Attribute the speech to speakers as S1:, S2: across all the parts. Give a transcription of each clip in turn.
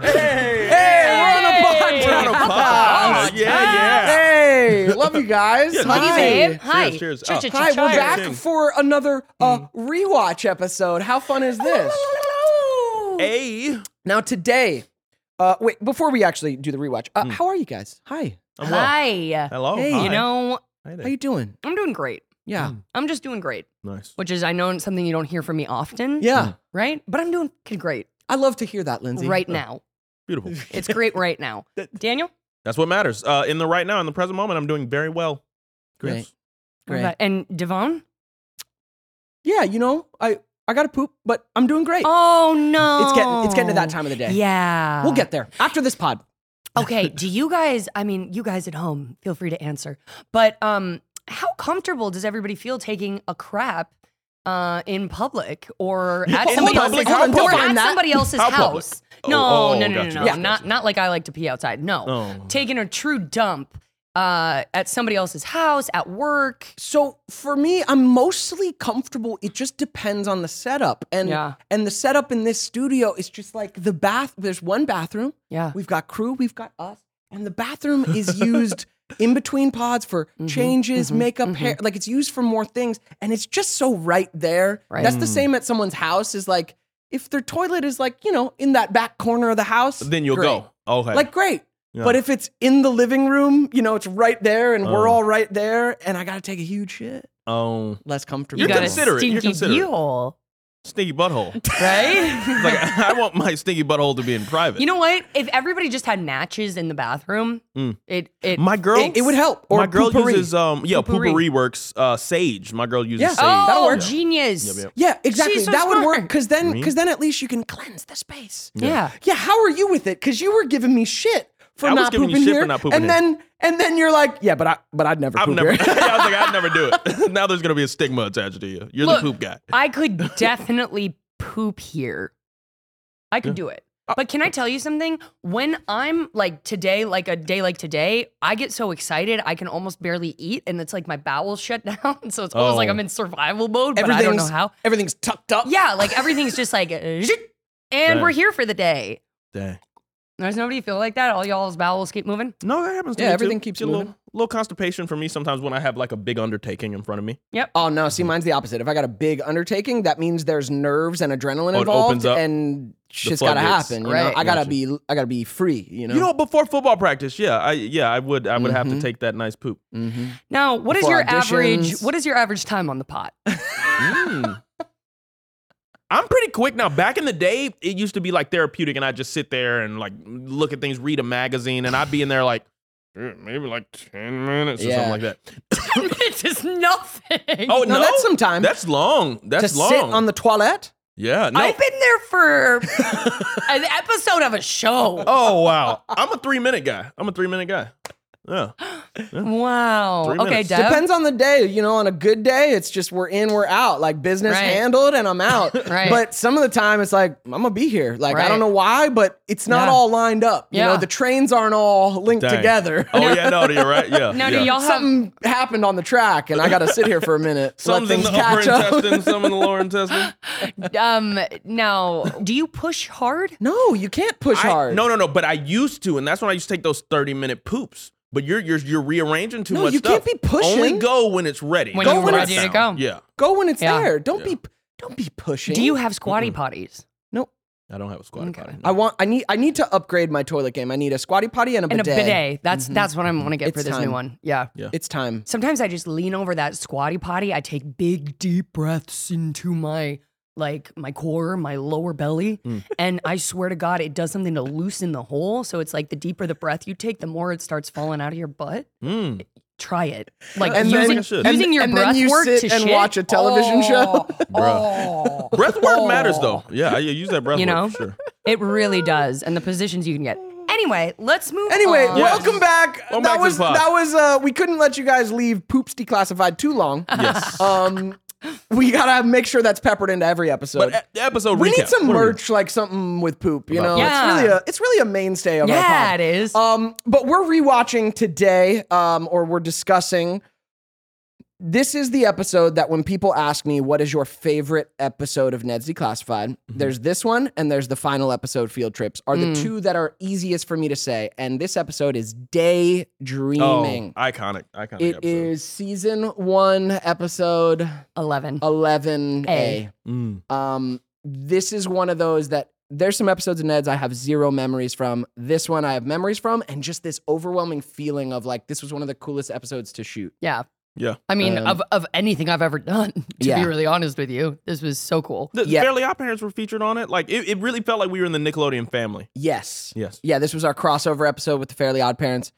S1: Hey!
S2: Hey, we're on a podcast.
S1: Ah, yeah, yeah.
S2: Hey, love you guys.
S1: Yeah,
S2: Hi.
S1: love
S3: Hey, babe.
S1: Cheers,
S3: Hi.
S1: cheers.
S3: Ch- ch-
S1: Oh.
S3: ch-
S2: Hi, we're
S3: chai.
S2: back
S1: Ding.
S2: for another uh, rewatch episode. How fun is this?
S1: A.
S2: Now today, uh, wait, before we actually do the rewatch, uh, how are you guys? Hi,
S1: I'm well.
S3: Hi.
S1: Hello.
S2: Hey,
S1: Hi.
S3: You know,
S1: Hi
S2: how
S1: there.
S2: you doing?
S3: I'm doing great. Mm.
S2: Yeah,
S3: I'm just doing great,
S1: Nice.
S3: which is I know it's something you don't hear from me often.
S2: yeah.
S3: Right? But I'm doing fucking great
S2: I love to hear that, Lindsay. Oh.
S3: right now.
S1: Beautiful.
S3: It's great right now. Daniel?
S1: That's what matters. Uh, in the right now, in the present moment, I'm doing very well.
S2: Great.
S1: Yes.
S3: What
S2: Great.
S3: about- And Devon?
S2: Yeah, you know, I I got to poop, but I'm doing great.
S3: Oh no.
S2: It's getting it's getting to that time of the day.
S3: Oh. Yeah.
S2: We'll get there after this pod.
S3: Okay, do you guys, I mean, you guys at home, feel free to answer. But um how comfortable does everybody feel taking a crap uh in public or at
S1: In
S3: somebody
S1: public? How
S3: else's
S1: public?
S3: or
S2: Define
S3: at
S2: that.
S3: somebody else's
S1: How public?
S3: house?
S1: Oh,
S3: No,
S1: oh,
S3: no, no, no,
S1: gotcha,
S3: no.
S1: gotcha,
S3: Not
S1: gotcha.
S3: not like I like to pee outside. No.
S1: Oh.
S3: Taking a true dump uh at somebody else's house, at work.
S2: So for me, I'm mostly comfortable. It just depends on the setup, and
S3: Yeah.
S2: and the setup in this studio is just like the bath. There's one bathroom.
S3: Yeah.
S2: We've got crew. We've got us, and the bathroom is used in between pods for
S3: Mm-hmm,
S2: changes, makeup, hair. Like it's used for more things, and it's just so right there.
S3: Right. Mm.
S2: That's the same at someone's house. Is like if their toilet is like you know in that back corner of the house,
S1: Then you'll
S2: great.
S1: go. Okay.
S2: Like great.
S1: Yeah.
S2: But if it's in the living room, you know, it's right there and we're
S1: Oh.
S2: all right there and I got to take a huge shit
S1: oh,
S2: less comfortable.
S1: You're
S3: you got a
S1: considerate. You're
S3: stinky
S1: considerate.
S3: pee hole,
S1: stinky butthole.
S3: right?
S1: like I want my stinky butthole to be in private.
S3: You know what? If everybody just had matches in the bathroom,
S1: Mm.
S3: it it
S1: my girl.
S2: It, it would help. Or
S1: my girl
S2: poo-pourri.
S1: uses um yeah
S3: Poo-pourri.
S1: poopery works uh sage. My girl uses
S2: Yeah.
S1: sage.
S3: oh
S2: That'll work.
S3: genius.
S1: Yep, yep.
S2: Yeah, exactly.
S3: She's so
S2: that would work
S3: smart.
S2: cuz then
S1: Me?
S2: cuz then at least you can cleanse the space.
S3: Yeah.
S2: Yeah, how are you with it? Cuz you were giving me shit for
S1: I was
S2: not
S1: giving you
S2: pooping
S1: shit for
S2: here.
S1: not pooping
S2: and
S1: here.
S2: then and then you're like, yeah, but I but I'd never
S1: I've
S2: poop
S1: never. I was
S2: here.
S1: like, I'd never do it. now there's gonna be a stigma attached to you. You're
S3: Look,
S1: the poop guy.
S3: I could definitely poop here. I could do it.
S1: Uh,
S3: But can I tell you something? When I'm like today, like a day like today, I get so excited I can almost barely eat, and it's like my bowels shut down. So it's almost like
S1: Oh.
S3: I'm in survival mode, but I don't know
S2: Everything's-
S3: how.
S2: Everything's tucked up.
S3: Yeah, like everything's just like, and we're here for the day.
S1: Dang.
S3: Does nobody feel like that? All y'all's bowels keep moving.
S1: No, that happens to
S2: Yeah,
S1: me
S2: everything
S1: too.
S2: keeps
S1: Get a
S2: moving.
S1: little, little constipation for me sometimes when I have like a big undertaking in front of me.
S2: Oh no, see mine's the opposite. If I got a big undertaking, that means there's nerves and adrenaline
S1: Oh, it
S2: involved
S1: opens up
S2: and shit's gotta
S1: floodgates.
S2: happen. You
S3: Right.
S2: know? I gotta
S1: Gotcha.
S2: be I gotta be free, you know.
S1: You know, before football practice, yeah, I yeah, I would I would have to
S2: Mhm.
S1: take that nice poop.
S2: mm-hmm.
S3: Now, what is
S2: Before
S3: your average?
S2: auditions.
S3: What is your average time on the pot?
S1: Mm. I'm pretty quick now. Back in the day, it used to be like therapeutic, and I'd just sit there and like look at things, read a magazine, and I'd be in there like eh, maybe like ten minutes or something
S2: Yeah.
S1: like that.
S3: it's just nothing.
S1: Oh no,
S2: No, that's some time.
S1: That's long. That's
S2: to
S1: long.
S2: sit on the toilet.
S1: yeah, no.
S3: I've been there for an episode of a show.
S1: oh wow, I'm a three minute guy. I'm a three minute guy. Yeah,
S3: Wow.
S1: Three
S3: Okay,
S1: minutes.
S3: Deb.
S2: Depends on the day. You know, on a good day, it's just we're in, we're out. Like business
S3: Right.
S2: handled, and I'm out.
S3: Right.
S2: But some of the time, it's like I'm gonna be here. Like I
S3: Right.
S2: don't know why, but it's not
S3: Yeah.
S2: all lined up. You
S3: Yeah.
S2: know, the trains aren't all linked
S1: Dang.
S2: together.
S1: Oh yeah, no, you're right. Yeah.
S3: Now,
S1: yeah.
S3: do y'all have
S2: Something happened on the track, and I gotta sit here for a minute.
S1: Some
S2: let
S1: in
S2: things
S1: the upper
S2: catch up.
S1: intestine, some in the lower intestine.
S3: um now? Do you push hard?
S2: No, you can't push
S1: I-
S2: hard.
S1: No, no, no. But I used to, and that's when I used to take those thirty minute poops. But you're you're you're rearranging too
S2: No,
S1: much.
S2: you can't
S1: stuff.
S2: be pushing.
S1: Only go when it's ready.
S3: When
S1: Go
S2: you're
S1: when
S2: ready
S1: it's
S3: to
S1: down.
S3: go.
S1: Yeah,
S2: Go when it's
S3: Yeah.
S2: there. Don't
S1: Yeah.
S2: be don't be pushing.
S3: Do you have squatty potties
S2: No,
S1: I don't have a squat.
S3: Okay.
S1: potty.
S2: I want. I need. I need to upgrade my toilet game. I need a squatty potty and a
S3: and a
S2: bidet.
S3: bidet? That's that's what I want to get for
S2: It's
S3: this
S2: time.
S3: new one. Yeah.
S2: It's time.
S3: Sometimes I just lean over that squatty potty. I take big deep breaths into my like my core, my lower belly, and I swear to God, it does something to loosen the hole. So it's like the deeper the breath you take, the more it starts falling out of your butt.
S1: Mm.
S3: Try it, like
S2: And then-
S3: using,
S1: Should.
S3: using your
S2: and then
S3: breath
S2: you
S3: work
S2: sit
S3: to
S2: and
S3: shit. Oh.
S2: watch a television show.
S1: Bruh. Breath work matters though.
S2: Oh.
S1: Yeah, I use that breath
S3: You know?
S1: work for sure.
S3: It really does, and the positions you can get. Anyway, let's move.
S2: Anyway,
S3: on.
S1: Yes.
S2: welcome back.
S1: Welcome
S2: that
S1: back to
S2: was
S1: the pod.
S2: that was. Uh, we couldn't let you guys leave Poops Declassified too long.
S1: Yes.
S2: Um, we gotta make sure that's peppered into every episode.
S1: But e- episode
S2: we need
S1: recap.
S2: some
S1: What are we-
S2: merch, like something with poop. You know,
S1: About
S3: Yeah.
S2: it's really a it's really a mainstay of our
S3: yeah,
S2: pod.
S3: it is.
S2: Um, but we're rewatching today, um, or we're discussing this is the episode that when people ask me what is your favorite episode of Ned's Declassified, there's this one and there's the final episode Field Trips are the
S3: Mm.
S2: two that are easiest for me to say. And this episode is
S1: Oh,
S2: Daydreaming.
S1: iconic, iconic.
S2: It is
S1: episode.
S2: season one, episode
S3: 11.
S2: 11A.
S3: A.
S1: Mm.
S2: Um, this is one of those that there's some episodes of Ned's I have zero memories from. This one I have memories from, and just this overwhelming feeling of like this was one of the coolest episodes to shoot.
S3: Yeah.
S1: Yeah.
S3: I mean,
S2: Um,
S3: of, of anything I've ever done, to
S2: Yeah.
S3: be really honest with you, this was so cool.
S1: The
S2: Yeah.
S1: Fairly Odd Parents were featured on it. Like it, it really felt like we were in the Nickelodeon family.
S2: Yes.
S1: Yes.
S2: Yeah, this was our crossover episode with the Fairly Odd Parents.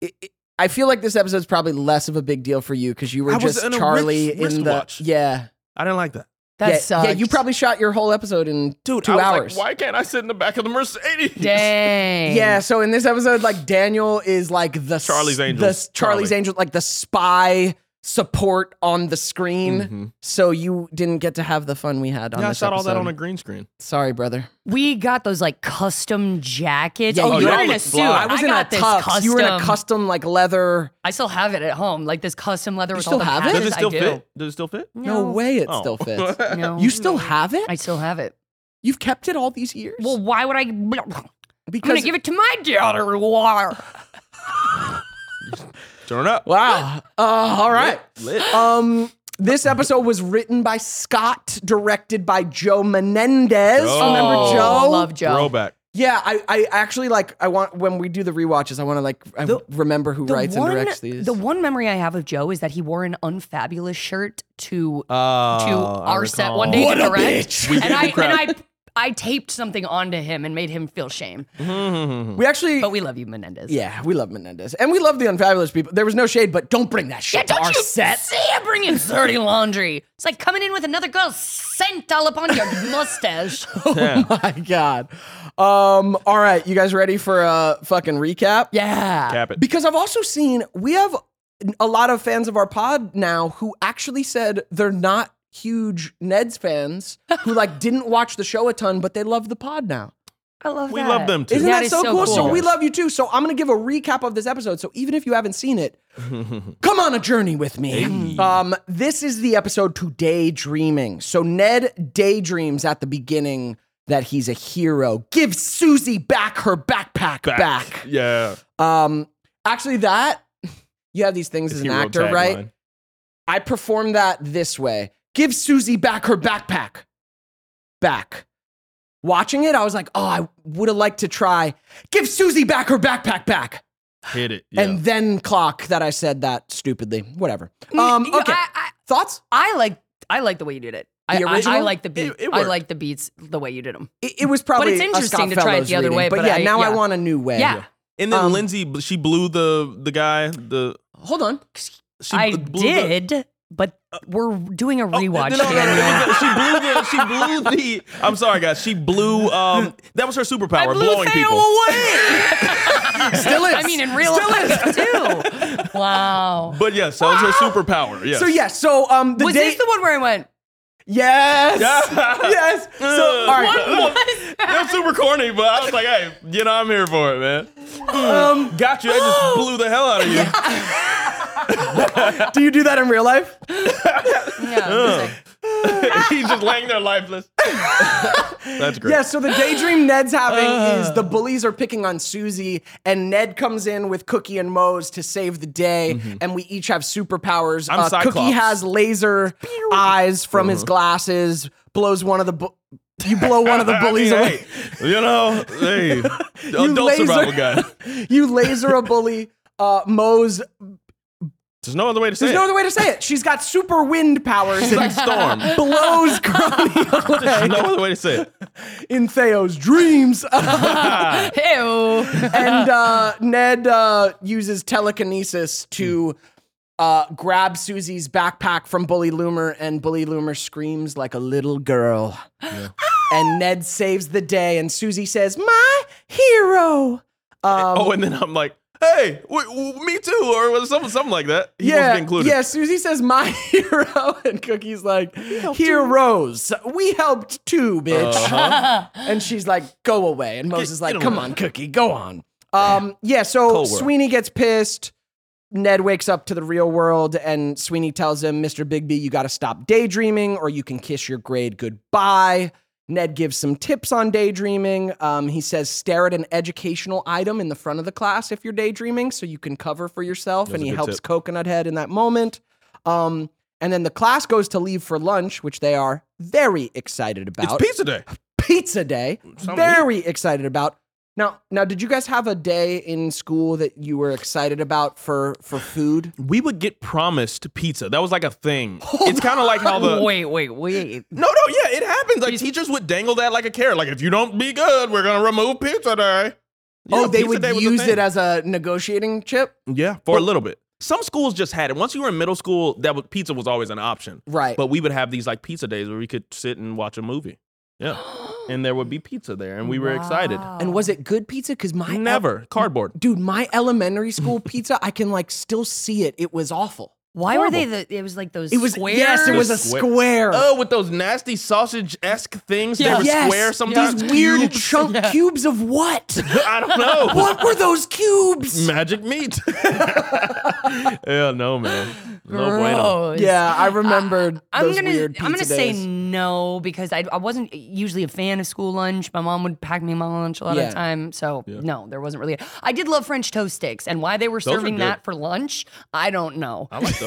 S2: It, it- I feel like this episode's probably less of a big deal for you because you were
S1: I was
S2: just
S1: in a
S2: Charlie
S1: wrist-
S2: in the
S1: wristwatch.
S2: yeah.
S1: I didn't like that.
S3: That
S2: yeah,
S3: sucked.
S2: yeah. You probably shot your whole episode in
S1: Dude,
S2: two
S1: I was like,
S2: hours.
S1: Why can't I sit in the back of the Mercedes?
S3: Dang.
S2: Yeah, so in this episode, like Daniel is like the s-
S1: Charlie's
S2: the
S1: Angels.
S2: s- Charlie's
S1: Charlie.
S2: Angel, like the spy support on the screen.
S1: Mhm.
S2: So you didn't get to have the fun we had on
S1: Yeah, I
S2: this
S1: shot all that on
S2: episode.
S1: a green screen.
S2: Sorry, brother.
S3: We got those like custom jackets.
S2: Yeah,
S3: oh,
S2: you
S3: you were
S1: all
S3: in a
S1: look
S3: suit.
S1: fly.
S2: I was in
S3: got
S2: a
S3: this
S2: tux.
S3: custom.
S2: You were in a custom like leather.
S3: I still have it at home, like this custom leather
S2: You
S3: with
S2: still
S3: all the
S2: have it?
S3: patches.
S1: Does it still
S3: I do.
S1: fit? Does it still fit?
S2: No, way, it
S1: Oh.
S2: still fits.
S3: No.
S2: You still have it?
S3: I still have it.
S2: You've kept it all these years?
S3: Well, why would I? I'm
S2: because
S3: gonna give it to my daughter.
S1: Turn up.
S2: wow. Uh, all right.
S1: Lit.
S2: Um, this episode was written by Scott, directed by Joe Menendez.
S1: Joe.
S2: Remember Oh, Joe?
S3: Love Joe.
S1: Throwback.
S2: Yeah, I, I actually like I want when we do the rewatches, I want to like I
S3: The-
S2: remember who writes
S3: one,
S2: and directs these.
S3: the one memory I have of Joe is that he wore an unfabulous shirt to
S1: Uh,
S3: to our set one day
S2: What
S3: to
S2: a
S3: direct,
S2: bitch!
S1: We
S3: and I
S1: did the
S3: and I I taped something onto him and made him feel shame.
S1: Mhm.
S2: we actually
S3: But we love you, Menendez.
S2: Yeah, we love Menendez. And we love the unfabulous people. There was no shade, but don't bring that shit
S3: Yeah,
S2: to
S3: don't
S2: our
S3: you
S2: set.
S3: see it bringing dirty laundry? It's like coming in with another girl's scent all upon your mustache.
S1: Yeah.
S2: Oh my god. Um, all right, you guys ready for a fucking recap?
S3: Yeah.
S1: Cap it.
S2: Because I've also seen we have a lot of fans of our pod now who actually said they're not huge Ned's fans who like didn't watch the show a ton, but they love the pod now.
S3: I love
S1: We
S3: that.
S1: love them too.
S2: Isn't
S3: That
S2: that,
S3: is
S2: so,
S3: so
S2: cool? So
S1: cool.
S2: we love you too. So I'm gonna give a recap of this episode. So even if you haven't seen it, come on a journey with me.
S1: Hey.
S2: Um, this is the episode to daydreaming. So Ned daydreams at the beginning that he's a hero. Give Susie back her backpack back.
S1: Yeah.
S2: Um, actually, that you have these things
S1: His
S2: as an
S1: hero
S2: actor, right?
S1: tagline.
S2: I perform that this way. Give Susie back her backpack. Back. Watching it, I was like, oh, I would have liked to try. Give Susie back her backpack back.
S1: Hit it. Yeah.
S2: And then clock that I said that stupidly. Whatever. Um,
S3: Mm, You-
S2: okay.
S3: I, I,
S2: Thoughts?
S3: I like I like the way you did it. I,
S2: The
S3: I- I,
S2: original?
S3: like the beat.
S1: It- it
S3: I
S1: worked.
S3: like the beats the way you did them.
S2: It, it was probably
S3: it's
S2: a
S3: interesting
S2: Scott
S3: to try it
S2: Fellows
S3: the other
S2: reading,
S3: way,
S2: But,
S3: but
S2: yeah,
S3: I-
S2: now I
S3: yeah.
S2: want a new way.
S3: Yeah.
S1: And then
S2: um,
S1: Lindsay, she blew the the guy. The
S2: Hold on.
S1: she
S3: I
S1: blew the-
S3: did, but
S2: Uh,
S3: we're doing a
S1: Oh,
S3: rewatch.
S1: no, no, no, no,
S3: Daniel.
S1: no, no, She blew the. She blew the. I'm sorry, guys. She blew. Um, that was her superpower, blowing
S3: Theo
S1: people.
S3: away.
S2: Still is.
S3: I mean, in real life too. Wow.
S1: But yes, that was her superpower. Yes.
S2: So yeah, so um the
S3: was
S2: day
S3: this the one where I went?
S2: Yes.
S1: Yeah.
S2: yes. So all right.
S1: That's Uh, super corny, but I was like, hey, you know, I'm here for it, man.
S2: Um,
S1: Got you. I just blew the hell out of you.
S2: do you do that in real life?
S3: Yeah. it was like-
S1: He's just laying there lifeless. That's great.
S2: Yeah, so the daydream Ned's having
S1: Uh.
S2: is the bullies are picking on Susie, and Ned comes in with Cookie and Mose to save the day, and we each have superpowers.
S1: Mm-hmm.
S2: Uh,
S1: I'm
S2: Cookie
S1: Cyclops. Uh-huh.
S2: has laser eyes from his glasses, blows one of the. Bu- you blow one of the
S1: I mean,
S2: bullies away.
S1: hey, you know, hey, adult
S2: laser-
S1: survival guy.
S2: you laser a bully. Uh, Mose.
S1: There's no other way to say
S2: There's
S1: it.
S2: no other way to say it. She's got super wind powers and
S1: storm.
S2: blows Crony
S1: There's
S2: away
S1: no other way to say it.
S2: in Theo's dreams.
S1: Ah,
S3: Ew.
S2: and uh, Ned uh, uses telekinesis
S1: Hmm.
S2: to uh, grab Susie's backpack from Bully Loomer, and Bully Loomer screams like a little girl. And Ned saves the day, and Susie says, "My hero." Um,
S1: oh, and then I'm like, hey, w- w- me too, or something, something like that. He
S2: yeah,
S1: wasn't included.
S2: yeah. Susie says, "My hero," and Cookie's like, "Heroes, we helped too, bitch." and she's like, "Go away." And Moses is like,
S1: Uh-huh. get
S2: "Come
S1: away.
S2: on, Cookie, go on." Um, yeah. So
S1: Cold world.
S2: Sweeney gets pissed. Ned wakes up to the real world, and Sweeney tells him, Mr. Bigby, you got to stop daydreaming or you can kiss your grade goodbye. Ned gives some tips on daydreaming. Um, he says, stare at an educational item in the front of the class if you're daydreaming so you can cover for yourself.
S1: That's
S2: and
S1: a
S2: he
S1: good
S2: helps
S1: tip.
S2: Coconut Head in that moment. Um, and then the class goes to leave for lunch, which they are very excited
S1: It's
S2: about.
S1: pizza day.
S2: pizza day.
S1: Something to
S2: very excited about. Now, now, did you guys have a day in school that you were excited about for for food?
S1: We would get promised pizza. That was like a thing. it's kind of like how the
S3: wait, wait, wait.
S1: No, no, yeah, it happens. Like
S3: He's-
S1: teachers would dangle that like a carrot. Like if you don't be good, we're gonna remove pizza day. Yeah,
S2: oh, they
S1: pizza
S2: would
S1: day was a
S2: use
S1: thing.
S2: it as a negotiating chip,
S1: yeah for a little bit. Some schools just had it. Once you were in middle school, that was, pizza was always an option.
S2: right?
S1: But we would have these like pizza days where we could sit and watch a movie. Yeah, and there would be pizza there, and we were excited.
S2: and was it good pizza? Because my el-
S1: Never cardboard.
S2: dude, my elementary school pizza, I can like still see it. It was awful.
S3: Why were they? The, it was like those.
S2: It was
S3: squares?
S2: yes, it was a
S1: Square.
S2: square.
S1: Oh, with those nasty sausage esque things. They
S3: Yeah.
S1: were
S2: yes,
S1: square sometimes.
S2: These weird
S1: cubes.
S2: chunk cubes of what?
S1: I don't know.
S2: what were those cubes?
S1: Magic meat. Hell no, man. No bueno.
S3: Gross.
S2: Yeah, I remembered
S3: I'm
S2: those
S3: gonna
S2: weird pizza
S3: I'm gonna say
S2: days.
S3: no because I I wasn't usually a fan of school lunch. My mom would pack me my lunch a lot
S2: Yeah.
S3: of the time, so
S1: Yeah.
S3: no, there wasn't really. I did love French toast sticks, and why they were
S1: are
S3: serving
S1: good. Oh,
S3: that for lunch, I don't know.
S1: I like those.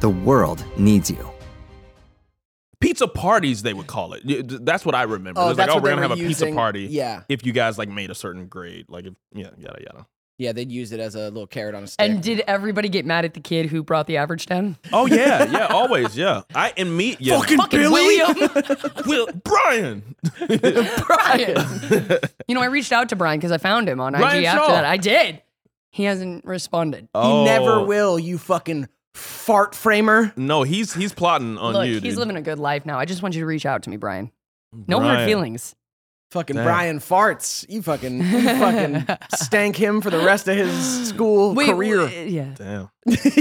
S4: The world needs you.
S1: pizza parties, they would call it. Y- th- That's what I remember.
S2: Oh,
S1: it was like,
S2: that's
S1: oh,
S2: what
S1: we're
S2: they
S1: gonna have
S2: were
S1: a pizza
S2: using.
S1: party.
S2: Yeah,
S1: If you guys like made a certain grade, like if yeah, yada yada.
S2: yeah, they'd use it as a little carrot on a stick.
S3: And did everybody get mad at the kid who brought the average down?
S1: Oh yeah, yeah, always, yeah. I and me, yeah.
S3: Fucking William.
S1: Will Brian.
S3: Brian. you know, I reached out to Brian because I found him on IG
S1: Brian
S3: after
S1: Shaw.
S3: that. I did. He hasn't responded.
S2: He never
S1: Oh.
S2: will, you fucking fart framer.
S1: No, he's he's plotting on
S3: Look,
S1: you.
S3: he's
S1: dude.
S3: living a good life now. I just want you to reach out to me, Brian. No hard
S1: Brian.
S3: feelings.
S2: Fucking
S1: Damn.
S2: Brian farts. You fucking, you fucking stank him for the rest of his school
S3: Wait,
S2: career.
S3: wait, yeah.
S1: Damn.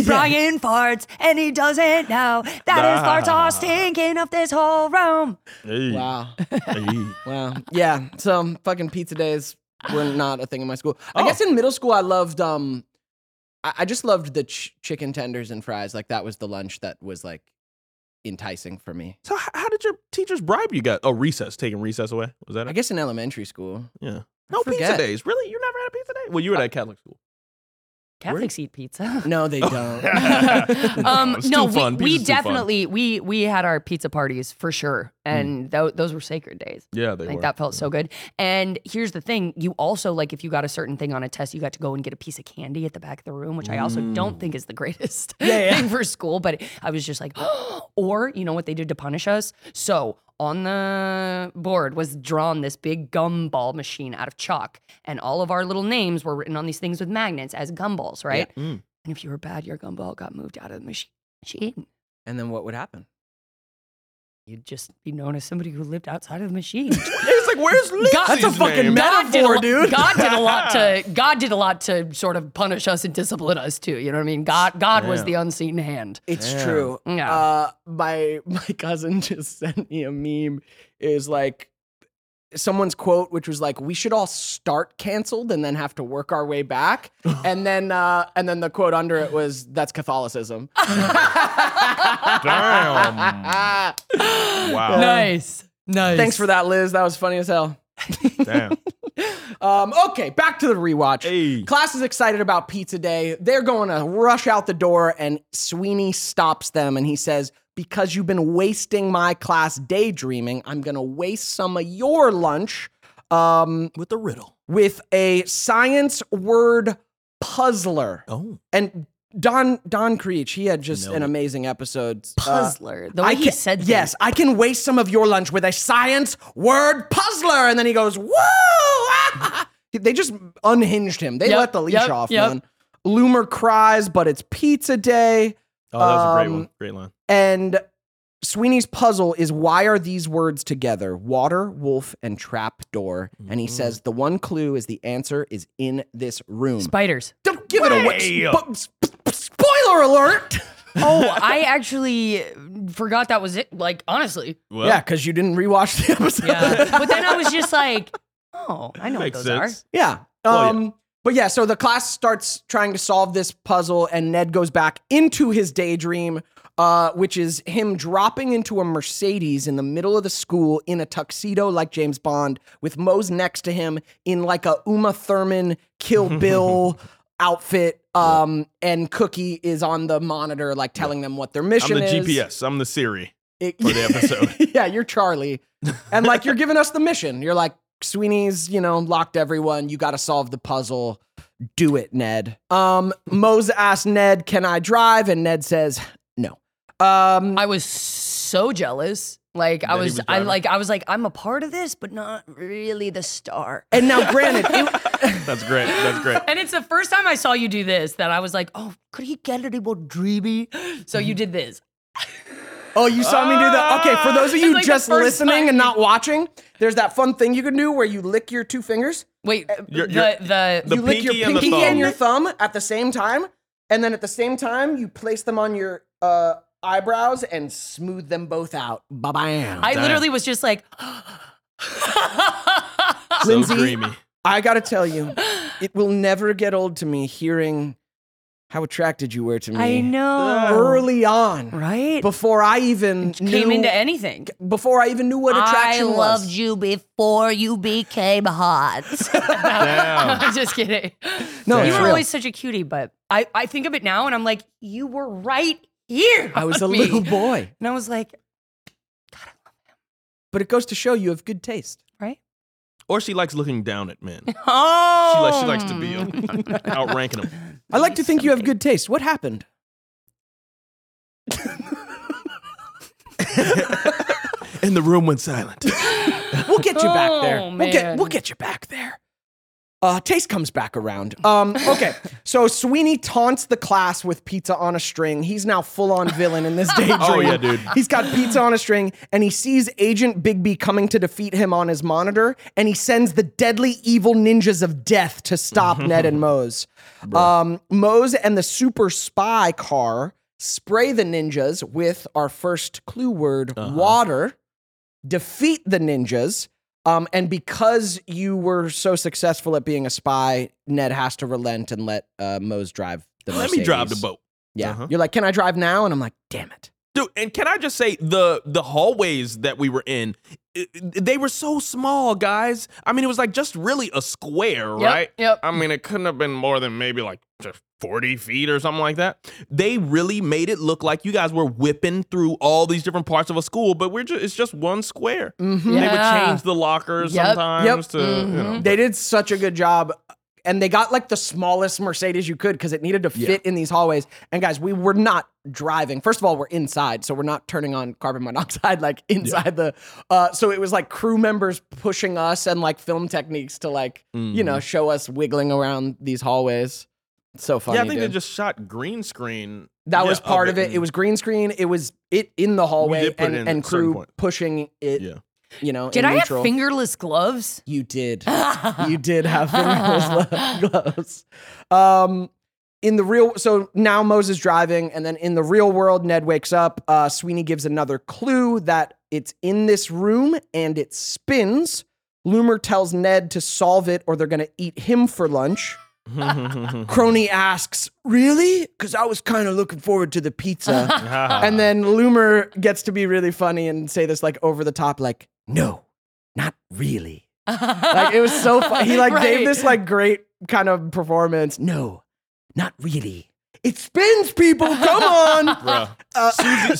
S3: Brian farts and he doesn't know that his farts are stinking up this whole room.
S1: Hey.
S2: Wow.
S1: Hey.
S2: Wow. Yeah. So fucking pizza days were not a thing in my school. I
S1: Oh.
S2: guess in middle school I loved um I, I just loved the ch- chicken tenders and fries. Like that was the lunch that was like enticing for me.
S1: So h- how did your teachers bribe you guys? Oh, recess, taking recess away. Was that
S2: I
S1: it?
S2: guess in elementary school.
S1: Yeah. No pizza
S2: forget.
S1: days. Really? You never had a pizza day? Well, you were at a Catholic school.
S3: Catholics eat pizza.
S2: No, they don't.
S3: um,
S1: It's
S3: no,
S1: too
S3: we,
S1: fun.
S3: we
S1: Pizza's too fun.
S3: definitely we we had our pizza parties for sure,
S1: Hmm.
S3: and tho- those were sacred days.
S1: Yeah, they
S3: like
S1: were.
S3: that felt so good. And here's the thing: you also like if you got a certain thing on a test, you got to go and get a piece of candy at the back of the room, which I also don't
S1: Mm.
S3: think is the greatest thing for school. But I was just like, or you know what they did to punish us? So on the board was drawn this big gumball machine out of chalk, and all of our little names were written on these things with magnets as gumballs, right?
S1: Mm.
S3: And if you were bad, your gumball got moved out of the machine. Machine.
S2: and then what would happen?
S3: You'd just be known as somebody who lived outside of the machine.
S1: It's like, where's Lindsay's
S3: That's
S2: a fucking
S1: name?
S2: ma-
S3: God did, a
S2: metaphor,
S3: lot,
S2: dude.
S3: God did a lot to God did a lot to sort of punish us and discipline us too. You know what I mean? God God was
S1: Yeah.
S3: the unseen hand.
S2: It's
S1: Yeah.
S2: true.
S3: Yeah.
S2: Uh, my my cousin just sent me a meme. Is like someone's quote, which was like, "We should all start canceled and then have to work our way back." and then uh, and then the quote under it was, "That's Catholicism."
S1: Damn. Wow.
S3: Nice. Nice.
S2: Thanks for that, Liz. That was funny as hell.
S1: Damn.
S2: Um, okay, back to the rewatch.
S1: Hey.
S2: Class is excited about pizza day. They're going to rush out the door, and Sweeney stops them and he says, Because you've been wasting my class daydreaming, I'm going to waste some of your lunch um,
S1: With the riddle.
S2: with a science word puzzler.
S1: Oh.
S2: And Don Don Creech, he had just
S1: Nailed
S2: an
S1: it.
S2: amazing episode. Uh,
S3: puzzler. the way
S2: I
S3: he
S2: can-
S3: said things.
S2: yes, I can waste some of your lunch with a science word puzzler, and then he goes, "Woo!" ah." they just unhinged him. They
S3: Yep,
S2: let the leash
S3: yep,
S2: off,
S3: yep.
S2: man. Loomer cries, but it's pizza day.
S1: Oh, that was a great one.
S2: Um,
S1: Great line.
S2: And Sweeney's puzzle is why are these words together? Water, wolf, and trapdoor. And he
S3: Mm-hmm.
S1: Mhm.
S2: says the one clue is the answer is in this room.
S3: Spiders.
S2: Don't give
S1: Way
S2: it away. Spo- sp- sp- spoiler alert.
S3: Oh, I actually forgot that was it. Like, honestly.
S1: Well,
S2: yeah, because you didn't rewatch the episode.
S3: Yeah. But then I was just like, oh, I know what
S1: makes
S3: those
S1: sense.
S2: Yeah.
S1: Well, yeah.
S2: Um, But yeah, so the class starts trying to solve this puzzle, and Ned goes back into his daydream, uh, which is him dropping into a Mercedes in the middle of the school in a tuxedo like James Bond, with Mose next to him in like a Uma Thurman Kill Bill outfit. Um, and Cookie is on the monitor, like telling them what their
S1: I'm
S2: mission
S1: the
S2: is.
S1: GPS. I'm the Siri.
S2: It-
S1: for the episode.
S2: yeah, you're Charlie. And like you're giving us the mission. You're like, Sweeney's, you know, locked everyone. You gotta solve the puzzle. Do it, Ned. Um, Mose asked Ned, can I drive? And Ned says, no. Um
S3: are. I was so jealous. Like
S1: That
S3: I
S1: he
S3: was,
S1: was
S3: I
S1: driving?
S3: like I was like I'm a part of this, but not really the star.
S2: and now granted, it,
S1: That's great. That's great.
S3: And it's the first time I saw you do this that I was like, oh, could he get any more dreamy? So you did this.
S2: oh, you saw me do that. Okay, for those of you
S3: Ah. It's like the
S2: just
S3: first
S2: listening
S3: time.
S2: and not watching, there's that fun thing you can do where you lick your two fingers.
S3: Wait,
S1: Your- your-
S3: the Uh, the,
S1: the
S2: you lick your
S1: pinky and the
S2: pinky
S1: thumb.
S2: and your thumb at the same time, and then at the same time you place them on your uh, eyebrows and smooth them both out. Ba bam.
S3: I
S1: Damn.
S3: literally was just like,
S1: So
S2: Lindsay-
S1: dreamy.
S2: I gotta tell you, it will never get old to me hearing how attracted you were to me.
S3: I know,
S2: Oh. Early on,
S3: right?
S2: before I even
S3: Came
S2: knew-
S3: into anything.
S2: before I even knew what attraction was.
S3: you before you became hot.
S1: Damn.
S3: I'm just kidding.
S2: Oh. No,
S3: you
S2: it's
S3: were
S2: real.
S3: always such a cutie, but I, I think of it now and I'm like, you were right here.
S2: I was a
S3: with me.
S2: little boy,
S3: And I was like,
S2: but it goes to show you have good taste.
S3: right?
S1: Or she likes looking down at men. She,
S3: Oh.
S1: likes, she likes to be outranking them.
S2: I like to think you have good taste. What happened?
S1: And the room went silent.
S2: We'll get you back there.
S3: Oh,
S2: We'll get
S3: man.
S2: we'll get you back there. Uh, taste comes back around. Um, okay, so Sweeney taunts the class with pizza on a string. He's now full on villain in this daydream.
S1: Oh, yeah, dude.
S2: He's got pizza on a string, and he sees Agent Bigby coming to defeat him on his monitor, and he sends the deadly evil ninjas of death to stop Ned and Mose. Um, Mose and the super spy car spray the ninjas with our first clue word,
S1: Uh-huh.
S2: water, defeat the ninjas. Um, and because you were so successful at being a spy, Ned has to relent and let uh, Mose drive the
S1: Let me drive the
S2: Mercedes.
S1: boat.
S2: Yeah.
S1: Uh-huh.
S2: You're like, can I drive now? And I'm like, damn it.
S1: Dude, and can I just say the the hallways that we were in, i- i- they were so small, guys. I mean, it was like just really a square,
S3: Yep,
S1: right?
S3: Yep.
S1: I mean, it couldn't have been more than maybe like just 40 feet or something like that. They really made it look like you guys were whipping through all these different parts of a school, but we're just it's just one square.
S2: Mm-hmm.
S1: They would
S3: Yeah.
S1: change the lockers
S3: Yep,
S1: sometimes
S2: yep.
S1: to you know.
S3: Mhm.
S2: Mm-hmm. They did such a good job. And they got like the smallest Mercedes you could because it needed to
S1: Yeah.
S2: fit in these hallways. And guys, we were not driving. First of all, we're inside, so we're not turning on carbon monoxide like inside the. Uh, so it was like crew members pushing us and like film techniques to like
S1: mm.
S2: you
S1: Mm-hmm.
S2: know show us wiggling around these hallways. It's so funny.
S1: yeah, I think
S2: dude.
S1: they just shot green screen.
S2: that
S1: yeah,
S2: was part of it. It
S1: and-
S2: was green screen. It was it in the hallway
S1: did put it
S2: and,
S1: in
S2: and
S1: at certain
S2: crew
S1: point.
S2: pushing it.
S1: Yeah.
S2: You know,
S3: Did
S2: in
S3: I have
S2: neutral.
S3: fingerless gloves?
S2: You did. you did have fingerless gloves. Um, in the real, so now Moses driving, and then in the real world, Ned wakes up. Uh, Sweeney gives another clue that it's in this room and it spins. Loomer tells Ned to solve it or they're going to eat him for lunch. Crony asks, Really? Because I was kind of looking forward to the pizza.
S1: Uh-huh.
S2: and then Loomer gets to be really funny and say this like over the top, like, No, not really. Like it was so fun. He like gave
S3: Right.
S2: this like great kind of performance. No, not really. It spins, people. Come on.
S1: Ah, Bruh.
S2: Uh,
S1: Susie,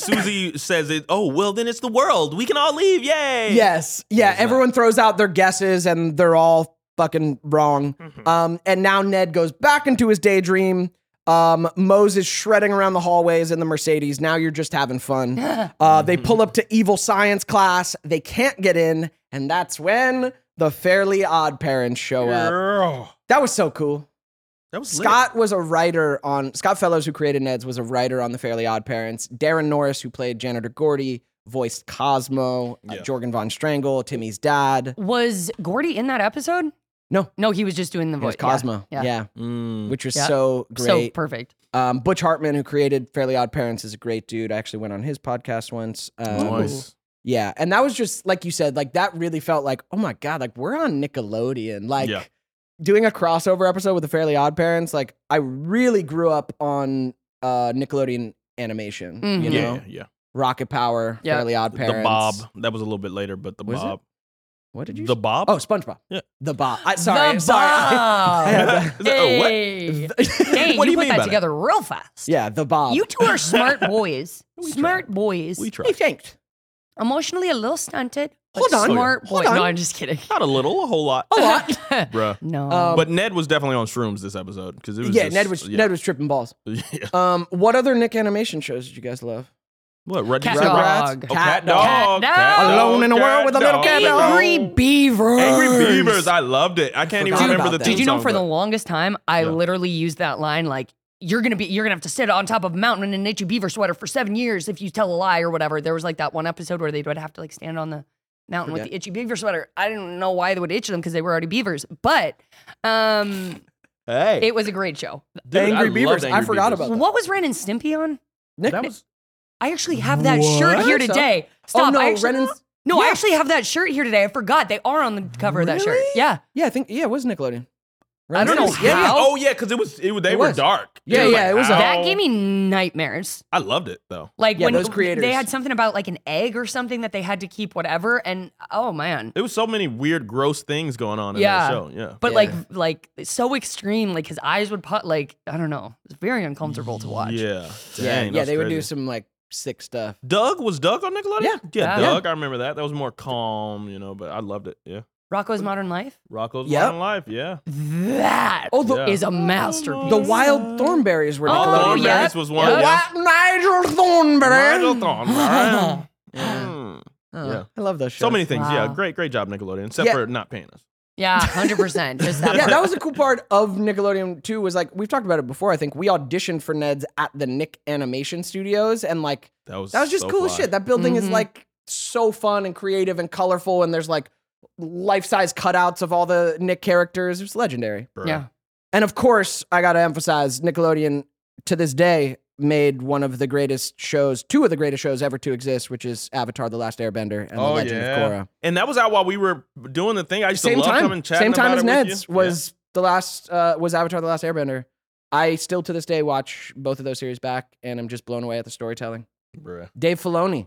S1: Susie says it. Oh well, then it's the world. We can all leave. Yay!
S2: yes. Yeah. Everyone throws out their guesses and they're all fucking wrong. Um, and now Ned goes back into his daydream. Um, Mose is shredding around the hallways in the Mercedes. Now you're just having fun. Uh, they pull up to evil science class. They can't get in. And that's when the fairly odd parents show up.
S1: Girl.
S2: That was so cool.
S1: That was lit.
S2: Scott was a writer on Scott Fellows, who created Ned's, was a writer on The Fairly Odd Parents. Darren Norris, who played janitor Gordy, voiced Cosmo, uh,
S1: Yeah.
S2: Jorgen von Strangle, Timmy's dad.
S3: Was Gordy in that episode?
S2: No.
S3: No, he was just doing the
S2: It was
S3: voice.
S2: Cosmo, yeah,
S3: Yeah.
S1: Mm.
S2: which was
S3: Yeah.
S2: so
S3: Yeah. So
S2: great.
S3: perfect.
S2: um, Butch Hartman, who created Fairly Odd Parents, is a great dude. I actually went on his podcast once. Um,
S1: Nice.
S2: Yeah, and that was just like you said, like that really felt like, oh my god, like we're on Nickelodeon, like
S1: Yeah.
S2: doing a crossover episode with the Fairly Odd Parents. Like I really grew up on uh Nickelodeon animation,
S3: Mhm.
S2: you know,
S1: Mm-hmm. yeah, yeah.
S2: Rocket Power,
S3: Yeah.
S2: Fairly Odd Parents,
S1: The Bob. That was a little bit later, but the
S2: Was it?
S1: Bob.
S2: What did you?
S1: The
S2: say?
S1: Bob.
S2: oh, SpongeBob.
S1: Yeah.
S2: the Bob. I, sorry,
S3: The
S2: sorry. I- I had
S3: Bob.
S2: that-
S1: Is that- oh, what?
S3: Hey.
S2: The-
S3: Dang,
S1: What do you
S3: you, put
S1: mean by
S3: that
S1: that?
S3: together real fast.
S2: yeah, the Bob.
S3: You two are smart boys.
S1: We
S3: smart
S1: tried.
S3: boys.
S1: We tried.
S2: hey, thanks.
S3: Emotionally a little stunted. but
S2: Hold on.
S3: Smart
S2: Hold
S3: boy.
S2: on.
S3: No, I'm just kidding.
S1: Not a little, a whole lot.
S2: A lot.
S1: Bruh.
S3: no.
S2: Oh. Um,
S1: But Ned was definitely on shrooms this episode because it was
S2: yeah,
S1: just-
S2: Ned was
S1: yeah.
S2: Ned was tripping balls.
S1: yeah.
S2: Um, what other Nick animation shows did you guys love?
S1: What? Red
S3: Cat
S1: Red
S3: dog.
S1: Rat?
S2: Rats?
S1: Oh, cat,
S2: Cat
S1: dog.
S3: dog.
S1: Cat
S3: Cat
S1: dog.
S3: dog.
S2: Alone in a world with a little cat dog.
S3: Angry Beaver.
S1: Angry Beavers. I loved it. I can't even
S2: Forgot
S1: remember
S2: about
S1: the
S2: that.
S1: theme
S3: Did you know
S1: song,
S3: for the
S1: but-
S3: longest time I
S1: Yeah.
S3: literally used that line like you're gonna be you're gonna have to sit on top of a mountain in an itchy beaver sweater for seven years if you tell a lie or whatever. There was like that one episode where they would have to like stand on the mountain with
S2: Forget.
S3: the itchy beaver sweater. I didn't know why they would itch them because they were already beavers. But um
S1: Hey.
S3: it was a great show.
S1: Dude, I
S2: Angry
S1: loved
S2: Beavers.
S1: Angry
S2: I forgot
S1: Beavers.
S2: about
S3: What was Ren and Stimpy on?
S2: Nick,
S1: That was
S3: I actually have that shirt here
S2: What?
S3: today.
S2: oh
S3: Stop.
S2: no,
S3: I actually,
S2: Ren and
S3: no, I
S2: yeah.
S3: actually have that shirt here today. I forgot they are on the cover of that shirt.
S2: Really?
S3: Yeah.
S2: Yeah, I think yeah, it was Nickelodeon.
S3: I don't know
S2: Remember? Yeah,
S3: how.
S1: Oh yeah, because it was. It, they
S2: It
S1: were
S2: was.
S1: dark.
S2: Yeah, yeah, it was a-
S3: That
S1: ow.
S3: gave me nightmares.
S1: I loved it though.
S3: Like
S2: Yeah,
S3: when
S2: those
S3: th-
S2: creators.
S3: they had something about like an egg or something that they had to keep whatever and oh man.
S1: There was so many weird, gross things going on in
S3: Yeah.
S1: that show. Yeah.
S3: But
S2: Yeah.
S3: like like so extreme like his eyes would put like I don't know. It's very uncomfortable to watch.
S1: Yeah.
S2: yeah,
S1: Dang,
S2: yeah.
S1: that's
S2: They would do
S1: crazy.
S2: some like sick stuff.
S1: Doug was Doug on Nickelodeon.
S2: Yeah.
S1: yeah,
S3: Yeah.
S1: Doug. I remember that. That was more calm, you know. But I loved it. Yeah,
S3: Rocco's Modern Life?
S1: Rocco's
S2: Yep.
S1: Modern Life. Yeah,
S3: That
S2: Oh, the-
S1: Yeah.
S3: is a masterpiece.
S2: The wild thornberries were
S3: Oh,
S2: Nickelodeon.
S1: Thornberries
S3: yeah.
S1: was one.
S3: Yeah.
S1: Oh, Yeah.
S2: uh, What Nigel Thornberry?
S1: Nigel Thornberry. Mm.
S2: Oh,
S1: Yeah.
S2: I love those shows.
S1: So many things. Yeah,
S3: Wow.
S1: great, great job, Nickelodeon. Except
S2: Yeah.
S1: for not paying us.
S3: Yeah, 100%. Just that.
S2: Yeah,
S3: part.
S2: that was the cool part of Nickelodeon too. Was like we've talked about it before. I think we auditioned for Ned's at the Nick Animation Studios, and like
S1: That was
S2: That was just
S1: so
S2: cool as
S1: fly.
S2: shit. That building is
S3: Mhm.
S2: like so fun and creative and colorful, and there's like life size cutouts of all the Nick characters. It's legendary.
S1: Bruh.
S3: Yeah.
S2: And of course, I gotta emphasize Nickelodeon to this day made one of the greatest shows, two of the greatest shows ever to exist, which is Avatar: The Last Airbender and The
S1: Oh,
S2: Legend
S1: yeah.
S2: of Korra.
S1: And that was out while we were doing the thing. I used
S2: Same
S1: to love
S2: time,
S1: coming chatting
S2: same
S1: about
S2: time as
S1: it with
S2: Ned's
S1: you.
S2: was the last uh, was Avatar: The Last Airbender. I still to this day watch both of those series back, and I'm just blown away at the storytelling.
S1: Yeah. Bruh.
S2: Dave Filoni.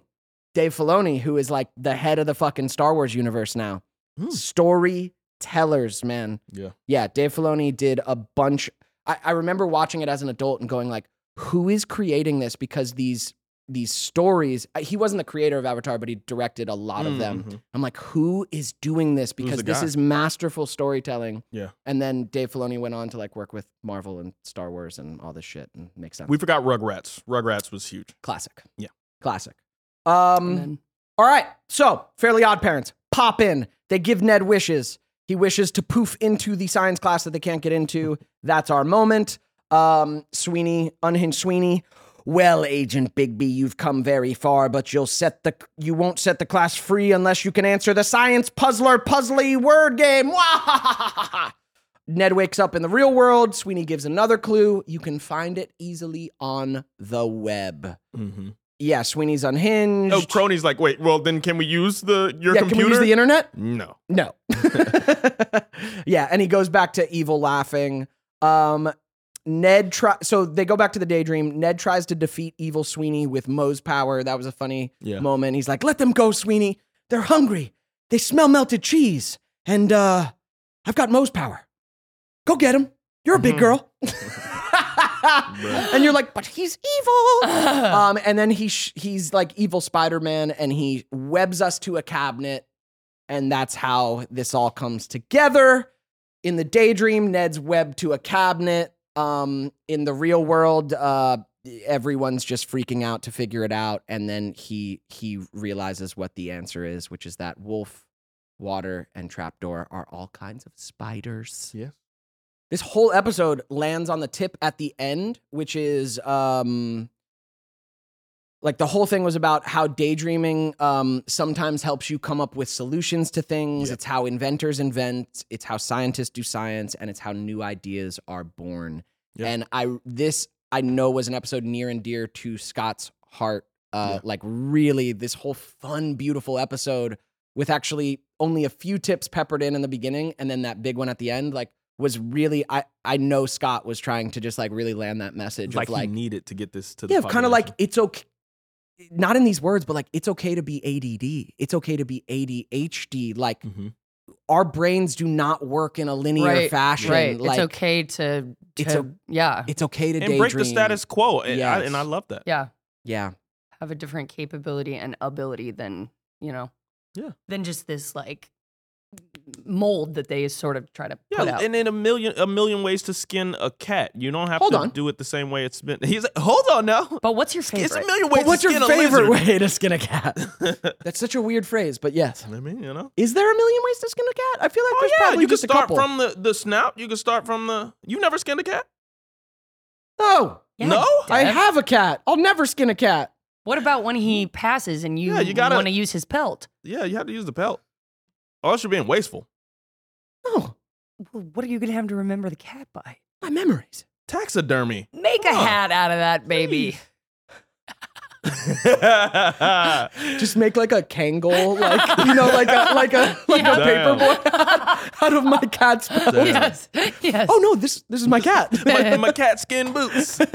S2: Dave Filoni, who is like the head of the fucking Star Wars universe now.
S1: Hmm.
S2: Storytellers, man.
S1: Yeah.
S2: Yeah. Dave Filoni did a bunch. I, I remember watching it as an adult and going like, who is creating this? Because these these stories, I- he wasn't the creator of Avatar, but he directed a lot of them.
S1: Mhm.
S2: I'm like, who is doing this?
S1: Who's
S2: Because
S1: the
S2: this
S1: guy?
S2: is masterful storytelling.
S1: Yeah.
S2: And then Dave Filoni went on to like work with Marvel and Star Wars and all this shit and make sense.
S1: We forgot Rugrats. Rugrats was huge.
S2: Classic.
S1: Yeah.
S2: Classic.
S3: And
S2: Um,
S3: then-
S2: all right. So, Fairly Odd Parents pop in. They give Ned wishes. He wishes to poof into the science class that they can't get into. That's our moment. Um, Sweeney, unhinged Sweeney. Well, Agent Bigby, you've come very far, but you'll set the you won't set the class free unless you can answer the science puzzler puzzly word game. Wah-ha-ha-ha-ha-ha. Ned wakes up in the real world. Sweeney gives another clue. You can find it easily on the web.
S1: Mm-hmm.
S2: Yeah, Sweeney's unhinged.
S1: Oh, Crony's like, wait, well, then can we use the your
S2: yeah,
S1: computer?
S2: can we use the internet?
S1: no.
S2: No. yeah, and he goes back to evil laughing. Um, Ned try so they go back to the daydream. Ned tries to defeat evil Sweeney with Moe's power. That was a funny
S1: Yeah.
S2: moment. He's like, "Let them go, Sweeney. They're hungry. They smell melted cheese, and uh, I've got Moe's power. Go get him. You're a big
S1: Mhm.
S2: girl." and you're like, "But he's evil." Um, and then he sh- he's like evil Spider Man, and he webs us to a cabinet, and that's how this all comes together. In the daydream, Ned's webbed to a cabinet. Um, in the real world, uh, everyone's just freaking out to figure it out, and then he he realizes what the answer is, which is that wolf, water, and trapdoor are all kinds of spiders.
S1: Yes.
S2: This whole episode lands on the tip at the end, which is um like the whole thing was about how daydreaming um, sometimes helps you come up with solutions to things. It's how inventors invent. It's how scientists do science, and it's how new ideas are born.
S1: Yeah.
S2: And I this I know was an episode near and dear to Scott's heart. Uh,
S1: Yeah.
S2: Like really, this whole fun, beautiful episode with actually only a few tips peppered in in the beginning, and then that big one at the end. Like was really I I know Scott was trying to just like really land that message
S1: Like,
S2: of like
S1: he needed to get this to the
S2: yeah, kind of like
S1: population.
S2: it's okay. Not in these words, but like it's okay to be ADD. It's okay to be ADHD. Like
S1: Mhm.
S2: our brains do not work in a linear
S3: Right,
S2: fashion.
S3: Right.
S2: Like
S3: it's okay to, to
S2: It's o-
S3: yeah.
S2: It's okay to
S1: and break the
S2: daydream.
S1: status quo. And, I,
S2: Yes.
S1: and I love that.
S3: yeah.
S2: Yeah,
S3: Have a different capability and ability than, you know.
S1: Yeah.
S3: Than just this like mold that they sort of try to put
S1: Yeah,
S3: out.
S1: and in a million a million ways to skin a cat. You don't have
S2: Hold
S1: to
S2: on.
S1: do it the same way it's been. He's like, hold on now.
S3: but what's your
S1: It's a
S3: favorite?
S1: million ways
S2: but what's
S1: to
S2: your
S1: skin
S2: favorite
S1: a lizard.
S2: way to skin a cat? That's such a weird phrase, but yes.
S1: I mean, you know.
S2: Is there a million ways to skin a cat? I feel like
S1: Oh
S2: there's
S1: yeah,
S2: probably
S1: you can
S2: just a
S1: start
S2: couple.
S1: from the the snout. You can start from the. You never skinned a cat?
S2: oh,
S3: Yeah,
S1: No?
S2: I
S3: Dev.
S2: have a cat. I'll never skin a cat.
S3: What about when he passes and you,
S1: Yeah, you gotta-
S3: want to use his pelt?
S1: Yeah, you had to use the pelt. Oh, Or else you're being wasteful.
S2: No,
S3: Well, what are you going to have to remember the cat by?
S2: my memories.
S1: Taxidermy.
S3: Make a
S1: Huh.
S3: hat out of that baby.
S2: Just make like a Kangol, like you know, like a like a like a
S1: Yeah.
S2: paperboy out, out of my cat's
S1: Damn.
S2: mouth.
S3: Yes. Yes.
S2: Oh no, this this is my cat.
S1: my, my cat skin boots. Dang.